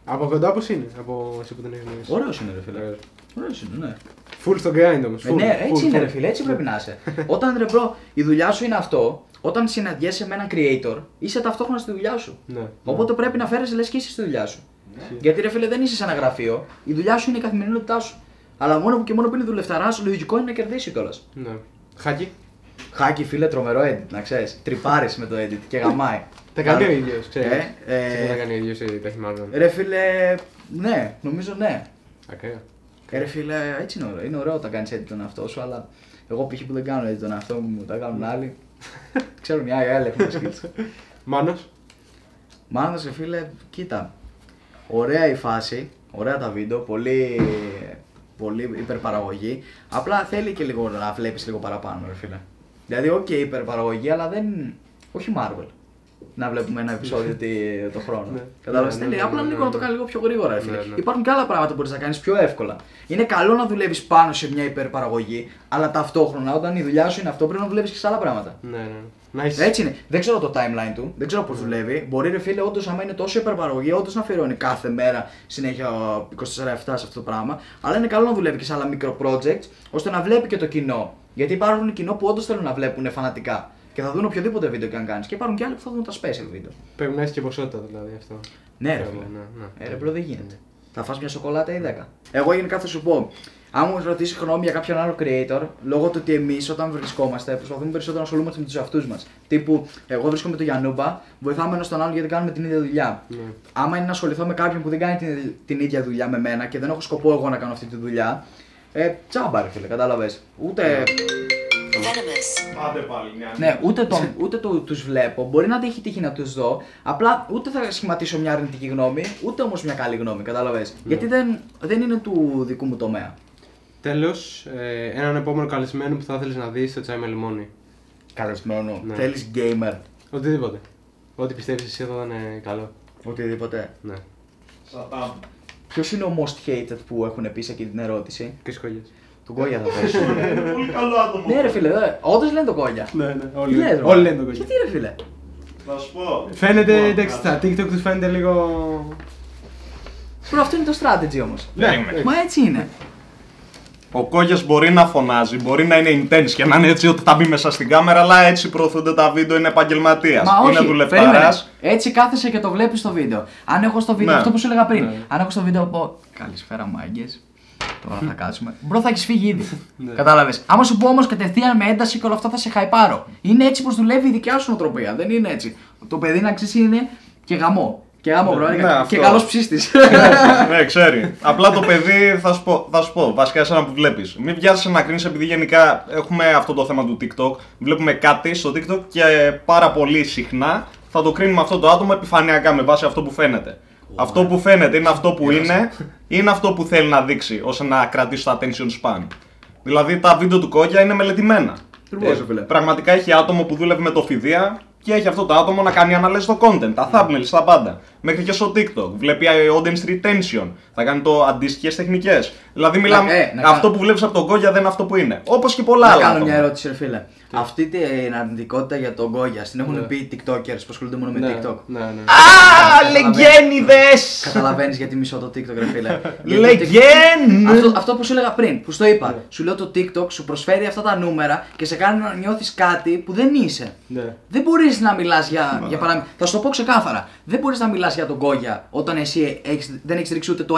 Speaker 1: Από κοντά πώς είναι, από εσύ που τον έχεις γνωρίσει.
Speaker 2: Ωραίος είναι, ρε φίλε.
Speaker 1: Ωραίος.
Speaker 2: Ωραίος είναι, ναι.
Speaker 1: Full στο grind όμως.
Speaker 2: Ε, ναι, έτσι είναι, ρε φίλε, έτσι πρέπει να είσαι. Όταν ρε μπρο, η δουλειά σου είναι αυτό, όταν συναντιέσαι με έναν creator, είσαι ταυτόχρονα στη δουλειά σου.
Speaker 1: Ναι.
Speaker 2: Οπότε πρέπει να φέρεσαι λες και είσαι στη δουλειά σου. Γιατί ρε φίλε δεν είσαι σε ένα γραφείο, η δουλειά σου είναι η καθημερινότητά σου. Αλλά μόνο που και μόνο που είναι δουλευταρά, λογικό είναι να κερδίσει κιόλας.
Speaker 1: Ναι. Χάκι.
Speaker 2: Χάκι φίλε, τρομερό edit, να ξέρεις. Τρυπάρεις με το edit και γαμάει.
Speaker 1: Τα κάνει ο
Speaker 2: Άρα-
Speaker 1: ίδιος, ξέρεις.
Speaker 2: Ε, ε,
Speaker 1: Τα κάνει ο ίδιος, έτσι, τα έχει μάλλον.
Speaker 2: Ρε φίλε, ναι, νομίζω ναι.
Speaker 1: Ακραία.
Speaker 2: Ε, Ρε φίλε, έτσι είναι ωραίο. Είναι ωραίο όταν κάνεις edit τον εαυτό σου, αλλά εγώ π.χ. που δεν κάνω edit τον εαυτό μου, τα κάνουν άλλοι. Ξέρουν οι άλλοι, άλλοι έχουν skills.
Speaker 1: Μάνο.
Speaker 2: Μάλλον ρε φίλε, κοίτα. Ωραία η φάση, ωραία τα βίντεο, πολύ, πολύ υπερπαραγωγή. Απλά θέλει και λίγο να βλέπεις λίγο παραπάνω, ρε φίλε. Δηλαδή, οκ, υπερπαραγωγή, αλλά δεν. Όχι Marvel. Να βλέπουμε ένα επεισόδιο τι- το χρόνο.
Speaker 1: Ναι.
Speaker 2: Κατάλαβες.
Speaker 1: Ναι,
Speaker 2: Θέλει
Speaker 1: ναι, ναι,
Speaker 2: απλά
Speaker 1: ναι,
Speaker 2: λίγο
Speaker 1: ναι.
Speaker 2: να το κάνεις λίγο πιο γρήγορα, ρε φίλε.
Speaker 1: Ναι, ναι.
Speaker 2: Υπάρχουν και άλλα πράγματα που μπορείς να κάνεις πιο εύκολα. Είναι καλό να δουλεύεις πάνω σε μια υπερπαραγωγή, αλλά ταυτόχρονα όταν η δουλειά σου είναι αυτό, πρέπει να δουλεύεις και σε άλλα πράγματα.
Speaker 1: Ναι, ναι. Να έχεις-
Speaker 2: Έτσι είναι. Δεν ξέρω το timeline του, δεν ξέρω πώς δουλεύει. Μπορεί ρε φίλε, όντως, άμα είναι τόσο υπερπαραγωγή, όντως να αφιερώνει κάθε μέρα συνέχεια ο, 24-7 σε αυτό το πράγμα. Αλλά είναι καλό να δουλεύει και σε άλλα μικρο projects, ώστε να βλέπει και το κοινό. Γιατί υπάρχουν κοινό που όντως θέλουν να βλέπουν φανατικά. Και θα δουν οποιοδήποτε βίντεο και αν κάνεις. Και υπάρχουν και άλλοι που θα δουν τα special βίντεο.
Speaker 1: Πρέπει να έχεις και ποσότητα δηλαδή αυτό.
Speaker 2: Ναι, ρε
Speaker 1: Θέλω,
Speaker 2: φίλε.
Speaker 1: ναι, ναι.
Speaker 2: Ε, ρε, μπρο, δεν γίνεται. Θα φας μια σοκολάτα ή δέκα. Εγώ γενικά θα σου πω, αν μου ρωτήσεις γνώμη για κάποιον άλλο creator, λόγω του ότι εμείς όταν βρισκόμαστε προσπαθούμε περισσότερο να ασχολούμαστε με τους εαυτούς μας. Τύπου, εγώ βρίσκομαι με τον Γιανούμπα, βοηθάμε ένα τον άλλον γιατί κάνουμε την ίδια δουλειά.
Speaker 1: Ναι.
Speaker 2: Άμα είναι να ασχοληθώ με κάποιον που δεν κάνει την, την ίδια δουλειά με μένα και δεν έχω σκοπό εγώ να κάνω αυτή τη δουλειά, ε, τσάμπα ρε φίλε, κατάλαβες. Ούτε
Speaker 5: Venomous.
Speaker 3: Άντε πάλι μια
Speaker 2: ναι, ούτε, τον, ούτε το, τους βλέπω. Μπορεί να έχει τύχει να τους δω. Απλά ούτε θα σχηματίσω μια αρνητική γνώμη, ούτε όμως μια καλή γνώμη,
Speaker 1: Ναι.
Speaker 2: κατάλαβες. Γιατί δεν, δεν είναι του δικού μου τομέα.
Speaker 1: Τέλος, ε, έναν επόμενο καλεσμένο που θα ήθελε να δεις στο τσάι με λιμόνι.
Speaker 2: Καλεσμένο.
Speaker 1: Ναι.
Speaker 2: Θέλεις gamer.
Speaker 1: Οτιδήποτε. Ό,τι πιστεύεις εσύ θα ήταν ε, καλό.
Speaker 2: Οτιδήποτε.
Speaker 1: Ναι.
Speaker 3: Σατάμ.
Speaker 2: Ποιος είναι ο most hated που έχουν πει σε εκείνη την ερώτηση.
Speaker 1: Και σχόλια.
Speaker 2: Τον Κόγια θα πέσουν.
Speaker 3: Είναι πολύ καλό άτομο.
Speaker 2: ναι ρε φίλε, ε, όντως λένε τον Κόγια.
Speaker 1: Ναι, ναι.
Speaker 2: Τι λες, ρε.
Speaker 1: Όλοι λένε το κόκκινο.
Speaker 2: Γιατί ρε φίλε.
Speaker 3: Να σου πω.
Speaker 1: Φαίνεται,
Speaker 3: Λοιπόν,
Speaker 1: εντάξει,
Speaker 3: να-
Speaker 1: στα TikTok τους φαίνεται λίγο.
Speaker 2: Bro, αυτό είναι το strategy όμως.
Speaker 1: Ναι,
Speaker 2: Μα έτσι είναι.
Speaker 3: Ο Κόγια μπορεί να φωνάζει, μπορεί να είναι intense και να είναι έτσι ότι θα μπει μέσα στην κάμερα, αλλά έτσι προωθούνται τα βίντεο, είναι
Speaker 2: Μα
Speaker 3: επαγγελματία. Είναι
Speaker 2: όχι, περίμενε.
Speaker 3: δουλευταρά.
Speaker 2: Έτσι κάθεσαι και το βλέπεις στο βίντεο. Αν έχω στο βίντεο,
Speaker 3: Ναι.
Speaker 2: αυτό που σου έλεγα πριν.
Speaker 1: Ναι.
Speaker 2: Αν έχω στο βίντεο, πω. Καλησπέρα, μάγκες. Τώρα θα κάτσουμε. Μπρο, θα έχεις φύγει ήδη.
Speaker 3: Ναι.
Speaker 2: Κατάλαβες. Άμα σου πω όμως κατευθείαν με ένταση και όλα αυτά θα σε χαϊπάρω. Είναι έτσι πως δουλεύει η δικιά σου νοοτροπία. Δεν είναι έτσι. Το παιδί να ξέρεις είναι και γαμό. Και γαμό, μπρο.
Speaker 3: Ναι,
Speaker 2: είναι
Speaker 3: αυτό.
Speaker 2: και καλός ψήστη.
Speaker 3: ναι, ξέρει. Απλά το παιδί θα σου πω, θα σου πω βασικά εσένα που βλέπεις. Μην βιάζεσαι να κρίνεις, επειδή γενικά έχουμε αυτό το θέμα του TikTok. Βλέπουμε κάτι στο TikTok και πάρα πολύ συχνά θα το κρίνουμε αυτό το άτομο επιφανειακά με βάση αυτό που φαίνεται.
Speaker 2: ναι.
Speaker 3: Αυτό που φαίνεται είναι αυτό που είναι, είναι αυτό που θέλει να δείξει ώστε να κρατήσει το attention span. Δηλαδή τα βίντεο του Κόγια είναι μελετημένα. Ε,
Speaker 2: Ακριβώς, ρε φίλε.
Speaker 3: πραγματικά έχει άτομο που δούλευε με το φιδία και έχει αυτό το άτομο να κάνει αναλύσεις το content, τα thumbnails, τα πάντα. Μέχρι και στο TikTok. Βλέπει ε, audience retention. Θα κάνει το αντίστοιχες τεχνικές. Δηλαδή, μιλάμε.
Speaker 2: ε, να κάνω-
Speaker 3: αυτό που βλέπεις από τον Κόγια δεν είναι αυτό που είναι. Όπως και πολλά
Speaker 2: Να
Speaker 3: άλλα.
Speaker 2: κάνω μια
Speaker 3: άτομα.
Speaker 2: ερώτηση, ρε φίλε. Αυτή την αρνητικότητα για τον Κόγια την
Speaker 3: Ναι.
Speaker 2: έχουν πει οι TikTokers που ασχολούνται μόνο με TikTok.
Speaker 1: ναι, ναι.
Speaker 3: Α, λεγγένιδες!
Speaker 2: Καταλαβαίνεις γιατί μισώ το TikTok, ρε φίλε. Γιατί το
Speaker 3: Λεγγέν!
Speaker 2: TikTok- Αυτό, αυτό που σου έλεγα πριν, που στο
Speaker 1: Ναι.
Speaker 2: είπα. Σου λέω το TikTok σου προσφέρει αυτά τα νούμερα και σε κάνει να νιώθεις κάτι που δεν είσαι.
Speaker 1: Ναι.
Speaker 2: Δεν μπορείς να μιλάς για, για παράδειγμα. Θα σου το πω ξεκάθαρα. Δεν μπορείς να μιλάς για τον Κόγια όταν εσύ έχεις, δεν έχεις ρίξει ούτε το 1%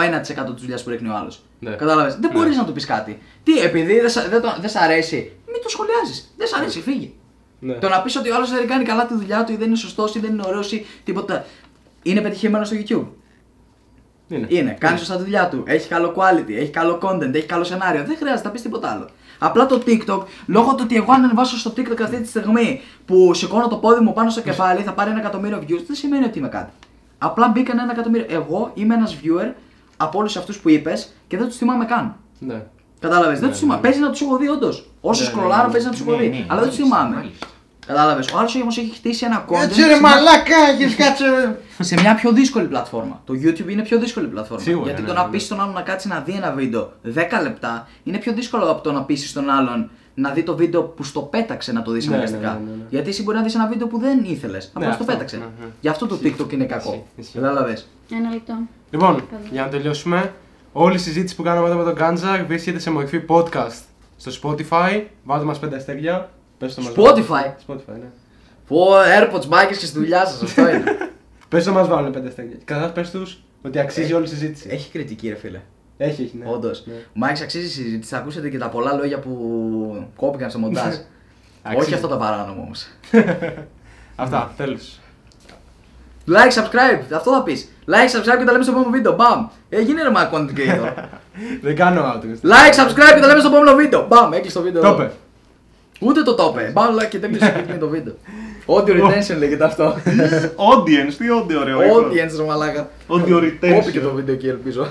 Speaker 2: της δουλειάς που ρίχνει ο άλλος.
Speaker 1: Ναι.
Speaker 2: Κατάλαβε. Δεν μπορείς να του πεις κάτι. Τι, επειδή δεν, σ- δεν, το- δεν σ' αρέσει, μην το σχολιάζεις. Δεν σ' αρέσει, φύγει.
Speaker 1: Ναι.
Speaker 2: Το να πεις ότι ο άλλος δεν κάνει καλά τη δουλειά του ή δεν είναι σωστός ή δεν είναι ωραίος ή τίποτα. Είναι πετυχημένο στο YouTube.
Speaker 1: Είναι.
Speaker 2: Είναι, κάνεις σωστά τη δουλειά του. Έχει καλό quality, έχει καλό content, έχει καλό σενάριο. Δεν χρειάζεται να πεις τίποτα άλλο. Απλά το TikTok, λόγω του ότι εγώ αν ανεβάσω στο TikTok αυτή τη στιγμή που σηκώνω το πόδι μου πάνω στο κεφάλι, θα πάρει ένα εκατομμύριο views, δεν σημαίνει ότι είμαι κάτι. Απλά μπήκαν ένα εκατομμύριο. Εγώ είμαι ένας viewer από όλους αυτούς που είπες και δεν τους θυμάμαι καν.
Speaker 1: Ναι.
Speaker 2: Κατάλαβες, δεν του θυμάμαι. Παίζει να τους έχω δει, όντως. Όσο
Speaker 1: Ναι, ναι,
Speaker 2: σκρολάρω,
Speaker 1: ναι.
Speaker 2: παίζει να τους έχω δει. αλλά δεν τους θυμάμαι. Κατάλαβες. Ο άλλο όμως έχει χτίσει ένα content.
Speaker 6: Κάτσε ρε
Speaker 2: σε μια-
Speaker 6: μαλάκα, έχεις κάτσε ρε.
Speaker 2: σε μια πιο δύσκολη πλατφόρμα. Το YouTube είναι πιο δύσκολη πλατφόρμα.
Speaker 1: Σίγουρα,
Speaker 2: Γιατί
Speaker 1: ναι,
Speaker 2: το
Speaker 1: ναι,
Speaker 2: να
Speaker 1: ναι.
Speaker 2: πεις στον άλλον να κάτσει να δει ένα βίντεο 10 λεπτά είναι πιο δύσκολο από το να πείσει τον άλλον να δει το βίντεο που στο πέταξε να το δει
Speaker 1: Ναι,
Speaker 2: αναγκαστικά.
Speaker 1: ναι, ναι, ναι, ναι.
Speaker 2: Γιατί εσύ μπορεί να δεις ένα βίντεο που δεν ήθελες. Απλά στο
Speaker 1: αυτό,
Speaker 2: πέταξε.
Speaker 1: ναι, ναι.
Speaker 2: Γι' αυτό το TikTok είναι κακό.
Speaker 1: Ισχύει, ισχύει.
Speaker 2: Κατάλαβες.
Speaker 7: Ένα λεπτό.
Speaker 1: Λοιπόν,
Speaker 7: Καλά.
Speaker 1: για να τελειώσουμε, όλη η συζήτηση που κάναμε εδώ με τον Γκάντζα βρίσκεται σε μορφή podcast στο Spotify. Βάλτε μας πέντε αστέρια. Πες το μαζί.
Speaker 2: Spotify?
Speaker 1: Spotify, ναι.
Speaker 2: Πω, AirPods μπάκες και στη δουλειά σας, αυτό είναι.
Speaker 1: Πες να μας βάλουν πέντε στέκια. Καταρχάς πες τους ότι αξίζει όλη η συζήτηση.
Speaker 2: Έχει κριτική, ρε φίλε.
Speaker 1: Έχει, έχει, ναι.
Speaker 2: Όντως.
Speaker 1: Ναι.
Speaker 2: Μάκη, αξίζει η συζήτηση. Θα ακούσετε και τα πολλά λόγια που κόπηκαν στο μοντάζ.
Speaker 1: Αξίζει.
Speaker 2: Όχι αυτό το παράνομο όμως.
Speaker 1: Αυτά, τέλος.
Speaker 2: Like, subscribe, αυτό θα πεις. Like, subscribe και τα λέμε στο επόμενο βίντεο. Μπαμ. Έγινε ρε μα content creator.
Speaker 1: Δεν κάνω outro.
Speaker 2: like, subscribe και τα λέμε στο επόμενο βίντεο. Μπαμ. Έκλεισε το βίντεο.
Speaker 1: Το
Speaker 2: εδώ.
Speaker 1: είπε.
Speaker 2: Ούτε το τόπε. Μπαμ, like και δεν κλείσε το βίντεο. Audio retention λέγεται αυτό.
Speaker 3: Audience, τι audio ρε.
Speaker 2: Audience, ρε μαλάκα.
Speaker 3: Audio retention.
Speaker 2: Κόπηκε το βίντεο και ελπίζω.